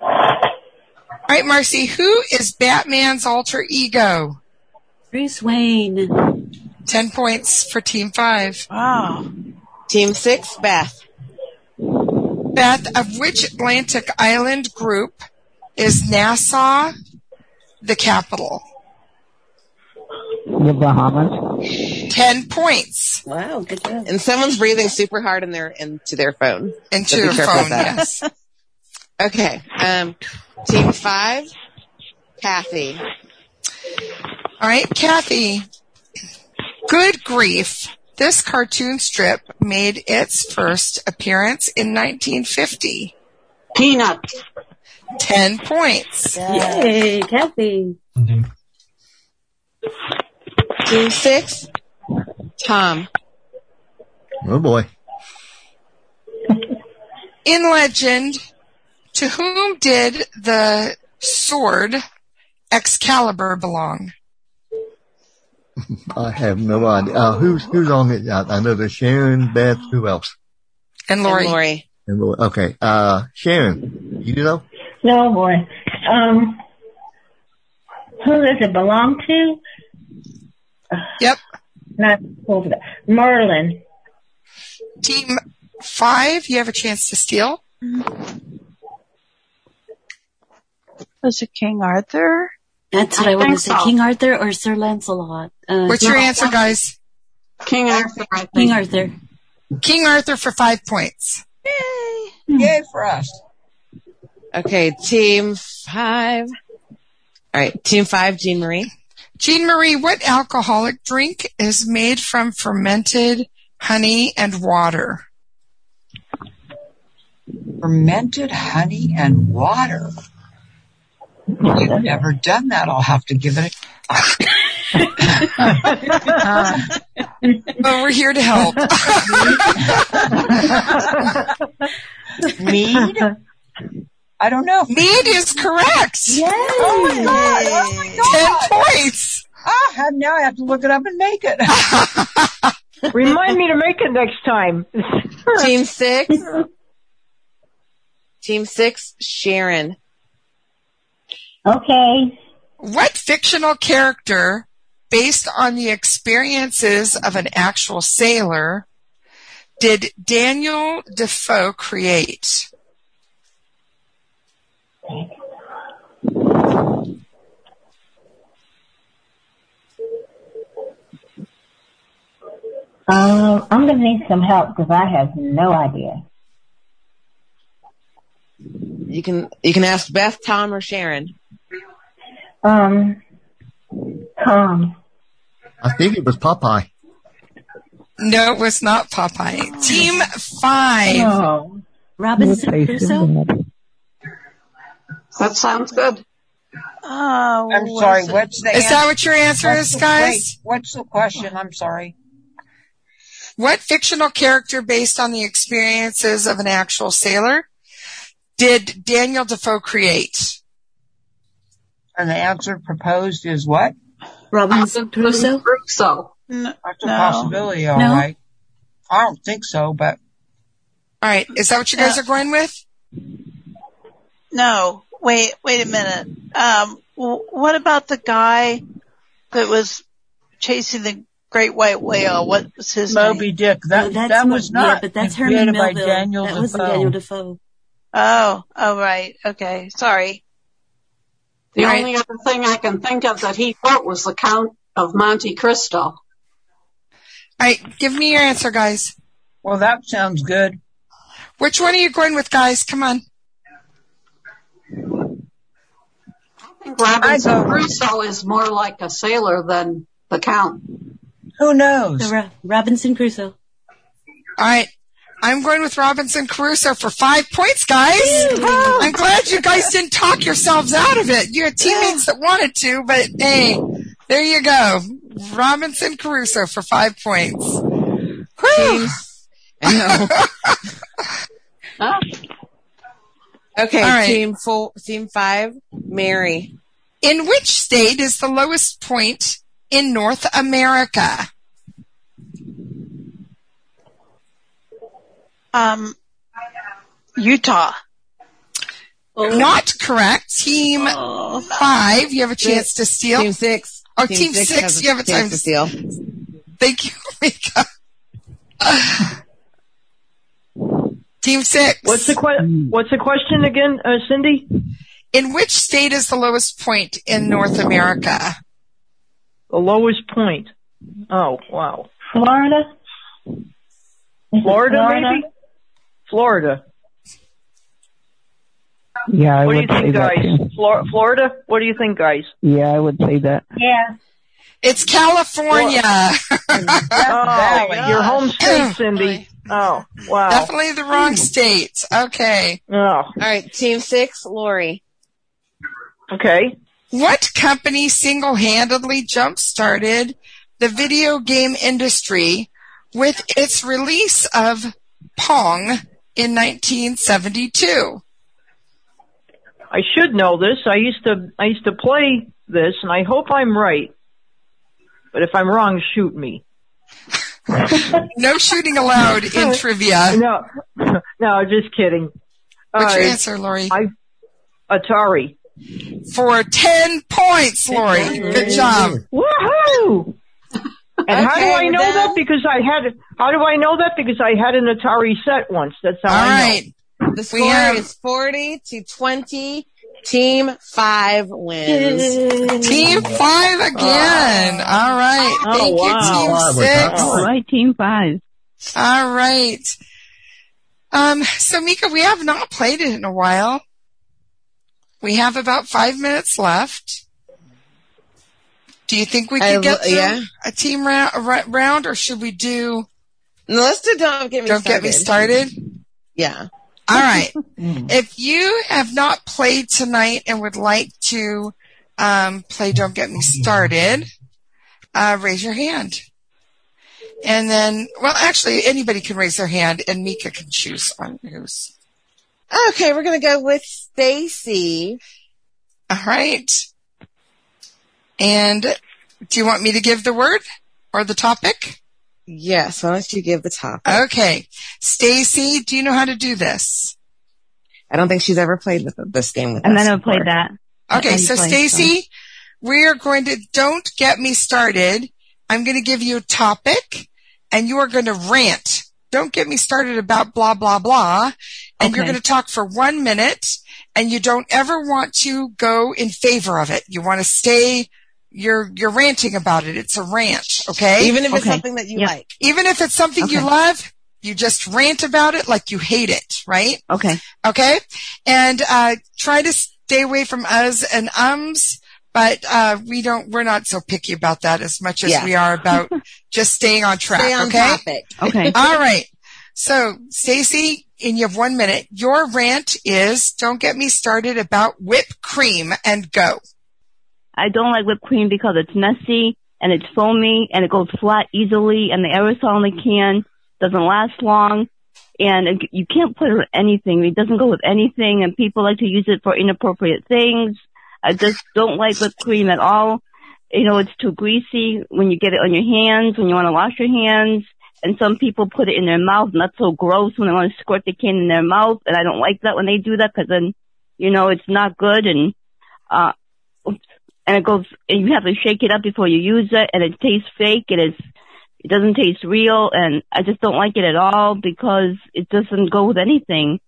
[SPEAKER 2] All right, Marcy, who is Batman's alter ego?
[SPEAKER 12] Bruce Wayne.
[SPEAKER 2] 10 points for Team 5.
[SPEAKER 1] Wow.
[SPEAKER 3] Team 6, Beth.
[SPEAKER 2] Beth, of which Atlantic island group is Nassau the capital?
[SPEAKER 29] The Bahamas.
[SPEAKER 2] 10 points.
[SPEAKER 3] Wow, good job. And someone's breathing super hard in their into their phone.
[SPEAKER 2] Into
[SPEAKER 3] So be
[SPEAKER 2] your
[SPEAKER 3] careful with
[SPEAKER 2] phone,
[SPEAKER 3] that.
[SPEAKER 2] yes.
[SPEAKER 3] Okay. Um, team five, Kathy.
[SPEAKER 2] All right, Kathy. Good grief. This cartoon strip made its first appearance in 1950. Peanut. 10 points.
[SPEAKER 12] Yay, Kathy.
[SPEAKER 3] Team six, Tom.
[SPEAKER 24] Oh boy.
[SPEAKER 2] In legend, to whom did the sword Excalibur belong?
[SPEAKER 24] I have no idea. Uh, who's who's on it? I, I know there's Sharon, Beth. Who else?
[SPEAKER 2] And
[SPEAKER 24] Lori. And Lori. Okay. Uh, Sharon, you know?
[SPEAKER 7] No boy. Um, who does it belong to?
[SPEAKER 2] Yep.
[SPEAKER 7] Not over that. Merlin.
[SPEAKER 2] Team five, you have a chance to steal.
[SPEAKER 1] Was it King Arthur?
[SPEAKER 12] That's what I, wanted to say. King Arthur or Sir Lancelot? Uh,
[SPEAKER 2] What's your answer, guys?
[SPEAKER 12] King Arthur. King Arthur.
[SPEAKER 2] King Arthur for five points.
[SPEAKER 28] Yay for us.
[SPEAKER 3] Okay, team five. All right, team five, Jean Marie.
[SPEAKER 2] Jean Marie, what alcoholic drink is made from fermented honey and water?
[SPEAKER 28] Fermented honey and water. I've never done that. I'll have to give it a.
[SPEAKER 2] But we're here to help.
[SPEAKER 28] Mead? I don't know.
[SPEAKER 2] Mead is correct.
[SPEAKER 28] Yay. Oh my god. Oh my god.
[SPEAKER 2] Ten points.
[SPEAKER 28] Ah, have- now I have to look it up and make it.
[SPEAKER 8] Remind me to make it next time.
[SPEAKER 3] Team six. Team six, Sharon.
[SPEAKER 7] Okay.
[SPEAKER 2] What fictional character, based on the experiences of an actual sailor, did Daniel Defoe create?
[SPEAKER 7] Um, I'm gonna need some help because I have no idea.
[SPEAKER 3] You can you can ask Beth, Tom, or Sharon.
[SPEAKER 7] Um, Tom.
[SPEAKER 24] I think it was Popeye.
[SPEAKER 2] No, it was not
[SPEAKER 28] Oh.
[SPEAKER 2] Popeye. Team five.
[SPEAKER 7] Oh.
[SPEAKER 12] Robinson Crusoe.
[SPEAKER 11] That sounds good.
[SPEAKER 1] Oh,
[SPEAKER 28] I'm sorry. What's the
[SPEAKER 2] Is that
[SPEAKER 28] answer?
[SPEAKER 2] what your answer
[SPEAKER 28] What's
[SPEAKER 2] is,
[SPEAKER 28] the-
[SPEAKER 2] guys?
[SPEAKER 28] wait, what's the question? I'm sorry.
[SPEAKER 2] What fictional character, based on the experiences of an actual sailor, did Daniel Defoe create?
[SPEAKER 28] And the answer proposed is what?
[SPEAKER 12] Robinson Crusoe.
[SPEAKER 11] So,
[SPEAKER 1] N-
[SPEAKER 28] That's a
[SPEAKER 1] No.
[SPEAKER 28] possibility, all right.
[SPEAKER 12] No.
[SPEAKER 28] I don't think so, but
[SPEAKER 2] All right, is that what you guys
[SPEAKER 1] Yeah.
[SPEAKER 2] are going with?
[SPEAKER 1] No, wait, wait a minute. Um, w- what about the guy that was chasing the great white whale? What was his name?
[SPEAKER 28] Moby Dick.
[SPEAKER 12] No,
[SPEAKER 28] That
[SPEAKER 12] that's
[SPEAKER 28] that
[SPEAKER 12] what-
[SPEAKER 28] was
[SPEAKER 12] yeah,
[SPEAKER 28] not
[SPEAKER 12] but that's Herman
[SPEAKER 28] created by
[SPEAKER 12] Melville.
[SPEAKER 28] Daniel
[SPEAKER 12] that wasn't
[SPEAKER 28] Defoe.
[SPEAKER 12] Daniel Defoe.
[SPEAKER 1] Oh, oh right, okay, sorry.
[SPEAKER 11] the
[SPEAKER 2] Right.
[SPEAKER 11] only other thing I can think of that he wrote was the Count of Monte Cristo.
[SPEAKER 2] All right, give me your answer, guys.
[SPEAKER 28] Well, that sounds good.
[SPEAKER 2] Which one are you going with, guys? Come on.
[SPEAKER 11] I think Robinson
[SPEAKER 28] I go-
[SPEAKER 11] Crusoe is more like a sailor than the Count.
[SPEAKER 28] Who knows?
[SPEAKER 12] The Ro- Robinson Crusoe.
[SPEAKER 2] All right. I'm going with Robinson Crusoe for five points, guys. I'm glad you guys didn't talk yourselves out of it. You had teammates that wanted to, but hey, there you go. Robinson Crusoe for five points. Whew.
[SPEAKER 3] I know.
[SPEAKER 11] Huh?
[SPEAKER 3] Okay,
[SPEAKER 2] All right.
[SPEAKER 3] team four, team five, Mary.
[SPEAKER 2] In which state is the lowest point in North America?
[SPEAKER 1] Um, Utah.
[SPEAKER 2] Not correct. Team five, you have a chance to steal.
[SPEAKER 3] Team six.
[SPEAKER 2] Oh, team six,
[SPEAKER 3] has
[SPEAKER 2] you have a time
[SPEAKER 3] chance
[SPEAKER 2] to
[SPEAKER 3] to steal.
[SPEAKER 2] Thank you, Mika. Team six.
[SPEAKER 8] What's the que- What's the question again, uh, Cindy?
[SPEAKER 2] In which state is the lowest point in North America?
[SPEAKER 8] The lowest point. Oh wow,
[SPEAKER 7] Florida. Is it
[SPEAKER 8] Florida, maybe. Florida.
[SPEAKER 29] Yeah, I
[SPEAKER 8] what do you
[SPEAKER 29] would say
[SPEAKER 8] think,
[SPEAKER 29] that.
[SPEAKER 8] guys?
[SPEAKER 29] too.
[SPEAKER 8] Flor- Florida. What do you think, guys?
[SPEAKER 29] Yeah, I would say that.
[SPEAKER 7] Yeah.
[SPEAKER 2] It's California.
[SPEAKER 8] oh, your home state, Cindy. Oh wow.
[SPEAKER 2] Definitely the
[SPEAKER 30] Hmm.
[SPEAKER 2] wrong state. Okay.
[SPEAKER 8] Oh,
[SPEAKER 3] All right, team six, Lori.
[SPEAKER 8] okay.
[SPEAKER 2] What company single-handedly jump-started the video game industry with its release of Pong in 1972?
[SPEAKER 8] I should know this. I used to I used to play this, and I hope I'm right.
[SPEAKER 30] But if I'm wrong, shoot me.
[SPEAKER 2] no shooting allowed in trivia.
[SPEAKER 30] No, no, just kidding.
[SPEAKER 2] What's
[SPEAKER 30] All
[SPEAKER 2] your
[SPEAKER 30] right.
[SPEAKER 2] answer, Lori?
[SPEAKER 30] I, Atari.
[SPEAKER 2] For 10 points, Lori. Good job.
[SPEAKER 30] Woohoo! And how do
[SPEAKER 2] Okay,
[SPEAKER 30] I know
[SPEAKER 2] then.
[SPEAKER 30] that? Because I had. How do I know that? Because I had an Atari set once. That's how I
[SPEAKER 2] right.
[SPEAKER 3] The score is 40 to 20. Team five wins.
[SPEAKER 2] Team five again. All right.
[SPEAKER 3] Oh,
[SPEAKER 2] Thank you,
[SPEAKER 3] wow.
[SPEAKER 2] Team Six.
[SPEAKER 12] All right, team five.
[SPEAKER 2] All right. Um, so Mika, we have not played it in a while. We have about five minutes left. Do you think we
[SPEAKER 3] I
[SPEAKER 2] could
[SPEAKER 3] lo-
[SPEAKER 2] get through
[SPEAKER 3] yeah.
[SPEAKER 2] a team round, a ra- round, or should we do?
[SPEAKER 3] No, let's do don't get me
[SPEAKER 2] don't get me started.
[SPEAKER 3] Yeah.
[SPEAKER 2] All right. if you have not played tonight and would like to um, play Don't Get Me Started, uh, raise your hand. And then, well, actually, anybody can raise their hand and Mika can choose on who's.
[SPEAKER 3] Okay, we're gonna go with Stacy.
[SPEAKER 2] All right. And do you want me to give the word or the topic?
[SPEAKER 3] Yes, why don't you give the top?
[SPEAKER 2] Okay. Stacy, do you know how to do this?
[SPEAKER 3] I don't think she's ever played with this game with
[SPEAKER 12] And
[SPEAKER 3] us.
[SPEAKER 12] then I played
[SPEAKER 3] before.
[SPEAKER 12] that.
[SPEAKER 2] Okay,
[SPEAKER 12] I'm
[SPEAKER 2] so
[SPEAKER 12] playing
[SPEAKER 2] Stacy, we are going to don't get me started. I'm going to give you a topic and you are going to rant. Don't get me started about blah, blah, blah. And you're
[SPEAKER 12] Okay.
[SPEAKER 2] going to talk for one minute and you don't ever want to go in favor of it. You want to stay, you're, you're ranting about it. It's a rant. Okay.
[SPEAKER 3] Even if it's Okay. something that you Yep. like.
[SPEAKER 2] Even if it's something you
[SPEAKER 3] Okay.
[SPEAKER 2] love, you just rant about it like you hate it. Right.
[SPEAKER 12] Okay.
[SPEAKER 2] Okay. And, uh, try to stay away from us and ums, but, uh, we don't, we're not so picky about that as much as
[SPEAKER 12] Yeah.
[SPEAKER 2] we are about just staying on track.
[SPEAKER 12] Stay on
[SPEAKER 2] okay.
[SPEAKER 12] topic. Okay.
[SPEAKER 2] All right. So Stacy, and you have one minute. Your rant is don't get me started about whipped cream and go.
[SPEAKER 12] I don't like whipped cream because it's messy and it's foamy and it goes flat easily and the aerosol in the can doesn't last long and it- you can't put it with anything. It doesn't go with anything and people like to use it for inappropriate things. I just don't like whipped cream at all. You know, it's too greasy when you get it on your hands, when you want to wash your hands. And some people put it in their mouth and that's so gross when they want to squirt the can in their mouth. And I don't like that when they do that because then, you know, it's not good and, uh, and it goes and you have to shake it up before you use it and it tastes fake and it's it doesn't taste real and I just don't like it at all because it doesn't go with anything.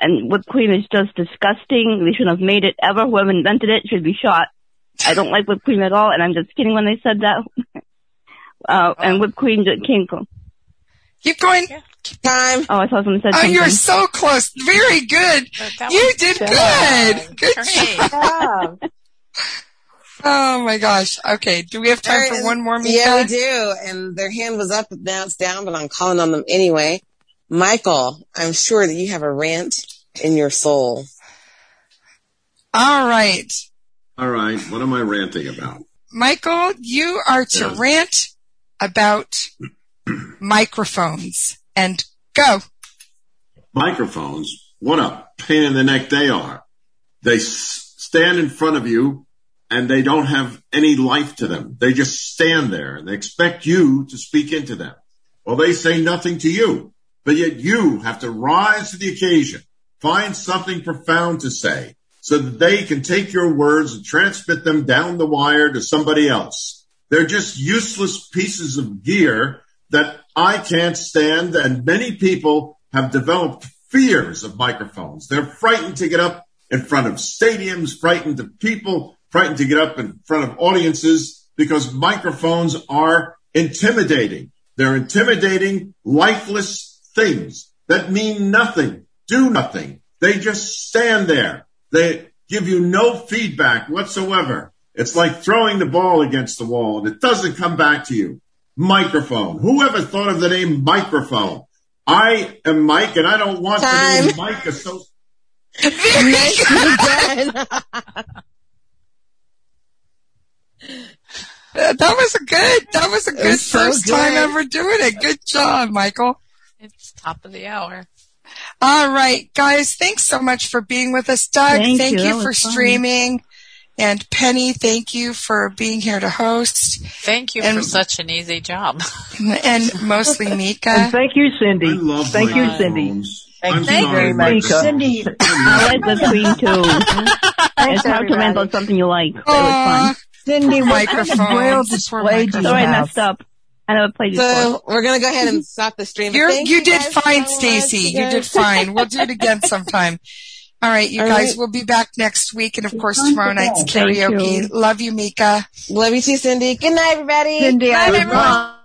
[SPEAKER 12] And whipped cream is just disgusting. They shouldn't have made it ever. Whoever invented it should be shot. I don't like whipped cream at all and I'm just kidding when they said that. uh, and whipped cream that can't go.
[SPEAKER 2] Keep going.
[SPEAKER 3] Time.
[SPEAKER 12] Oh, I saw someone said
[SPEAKER 2] Oh,
[SPEAKER 12] something.
[SPEAKER 2] you're so close. Very good. You did good. Good job. oh my gosh. Okay. Do we have time
[SPEAKER 3] There
[SPEAKER 2] for
[SPEAKER 3] is-
[SPEAKER 2] one more? Mika?
[SPEAKER 3] Yeah, we do. And their hand was up, now it's down, but I'm calling on them anyway. Michael, I'm sure that you have a rant in your soul.
[SPEAKER 2] All right.
[SPEAKER 8] All right, what am I ranting about?
[SPEAKER 2] Michael, you are to
[SPEAKER 8] Yeah.
[SPEAKER 2] rant about microphones and go.
[SPEAKER 8] Microphones, what a pain in the neck they are. They s- stand in front of you and they don't have any life to them. They just stand there and they expect you to speak into them. Well, they say nothing to you, but yet you have to rise to the occasion, find something profound to say so that they can take your words and transmit them down the wire to somebody else. They're just useless pieces of gear that I can't stand. And many people have developed fears of microphones. They're frightened to get up in front of stadiums, frightened of people, frightened to get up in front of audiences because microphones are intimidating. They're intimidating, lifeless things that mean nothing, do nothing. They just stand there. They give you no feedback whatsoever. It's like throwing the ball against the wall and it doesn't come back to you. Microphone. Whoever thought of the name microphone? I am Mike and I don't want to be Mike associated.
[SPEAKER 2] Uh, That was a good, that was a
[SPEAKER 6] It
[SPEAKER 2] good
[SPEAKER 6] was so
[SPEAKER 2] first time
[SPEAKER 6] good.
[SPEAKER 2] ever doing it. Good job, Michael.
[SPEAKER 6] It's top of the hour.
[SPEAKER 2] All right, guys, thanks so much for being with us. Doug,
[SPEAKER 6] Thank
[SPEAKER 2] thank
[SPEAKER 6] you.
[SPEAKER 2] you,
[SPEAKER 6] That
[SPEAKER 2] for
[SPEAKER 6] was fun.
[SPEAKER 2] streaming. And Penny, thank you for being here to host.
[SPEAKER 6] Thank you for
[SPEAKER 2] And-
[SPEAKER 6] such an easy job.
[SPEAKER 2] And mostly Mika.
[SPEAKER 12] And thank you, Cindy. thank you,
[SPEAKER 6] my
[SPEAKER 12] Cindy. Thank you sorry, very but- much.
[SPEAKER 8] Cindy.
[SPEAKER 12] I like the Queen too. and talk to
[SPEAKER 8] everybody.
[SPEAKER 12] Mantle something you like. It
[SPEAKER 8] Aw,
[SPEAKER 12] was fun.
[SPEAKER 8] Cindy, what kind of braille
[SPEAKER 12] Microphones.
[SPEAKER 8] display
[SPEAKER 3] Oh,
[SPEAKER 8] do you
[SPEAKER 12] Sorry, I
[SPEAKER 8] have?
[SPEAKER 12] messed up. I never played you
[SPEAKER 3] So we're gonna go ahead and stop the stream.
[SPEAKER 2] You're,
[SPEAKER 3] Thank
[SPEAKER 2] you did
[SPEAKER 3] guys
[SPEAKER 2] fine,
[SPEAKER 3] so much,
[SPEAKER 2] Stacy. You
[SPEAKER 3] guys.
[SPEAKER 2] did fine. We'll do it again sometime. All right, you
[SPEAKER 3] All
[SPEAKER 2] guys.
[SPEAKER 3] right.
[SPEAKER 2] We'll be back next week, and of course
[SPEAKER 3] Sounds
[SPEAKER 2] tomorrow
[SPEAKER 3] good.
[SPEAKER 2] night's
[SPEAKER 3] Thank you.
[SPEAKER 2] karaoke. Love you, Mika.
[SPEAKER 3] Love you too, Cindy. Good night, everybody.
[SPEAKER 8] Cindy, I
[SPEAKER 3] Bye,
[SPEAKER 8] was
[SPEAKER 3] everyone.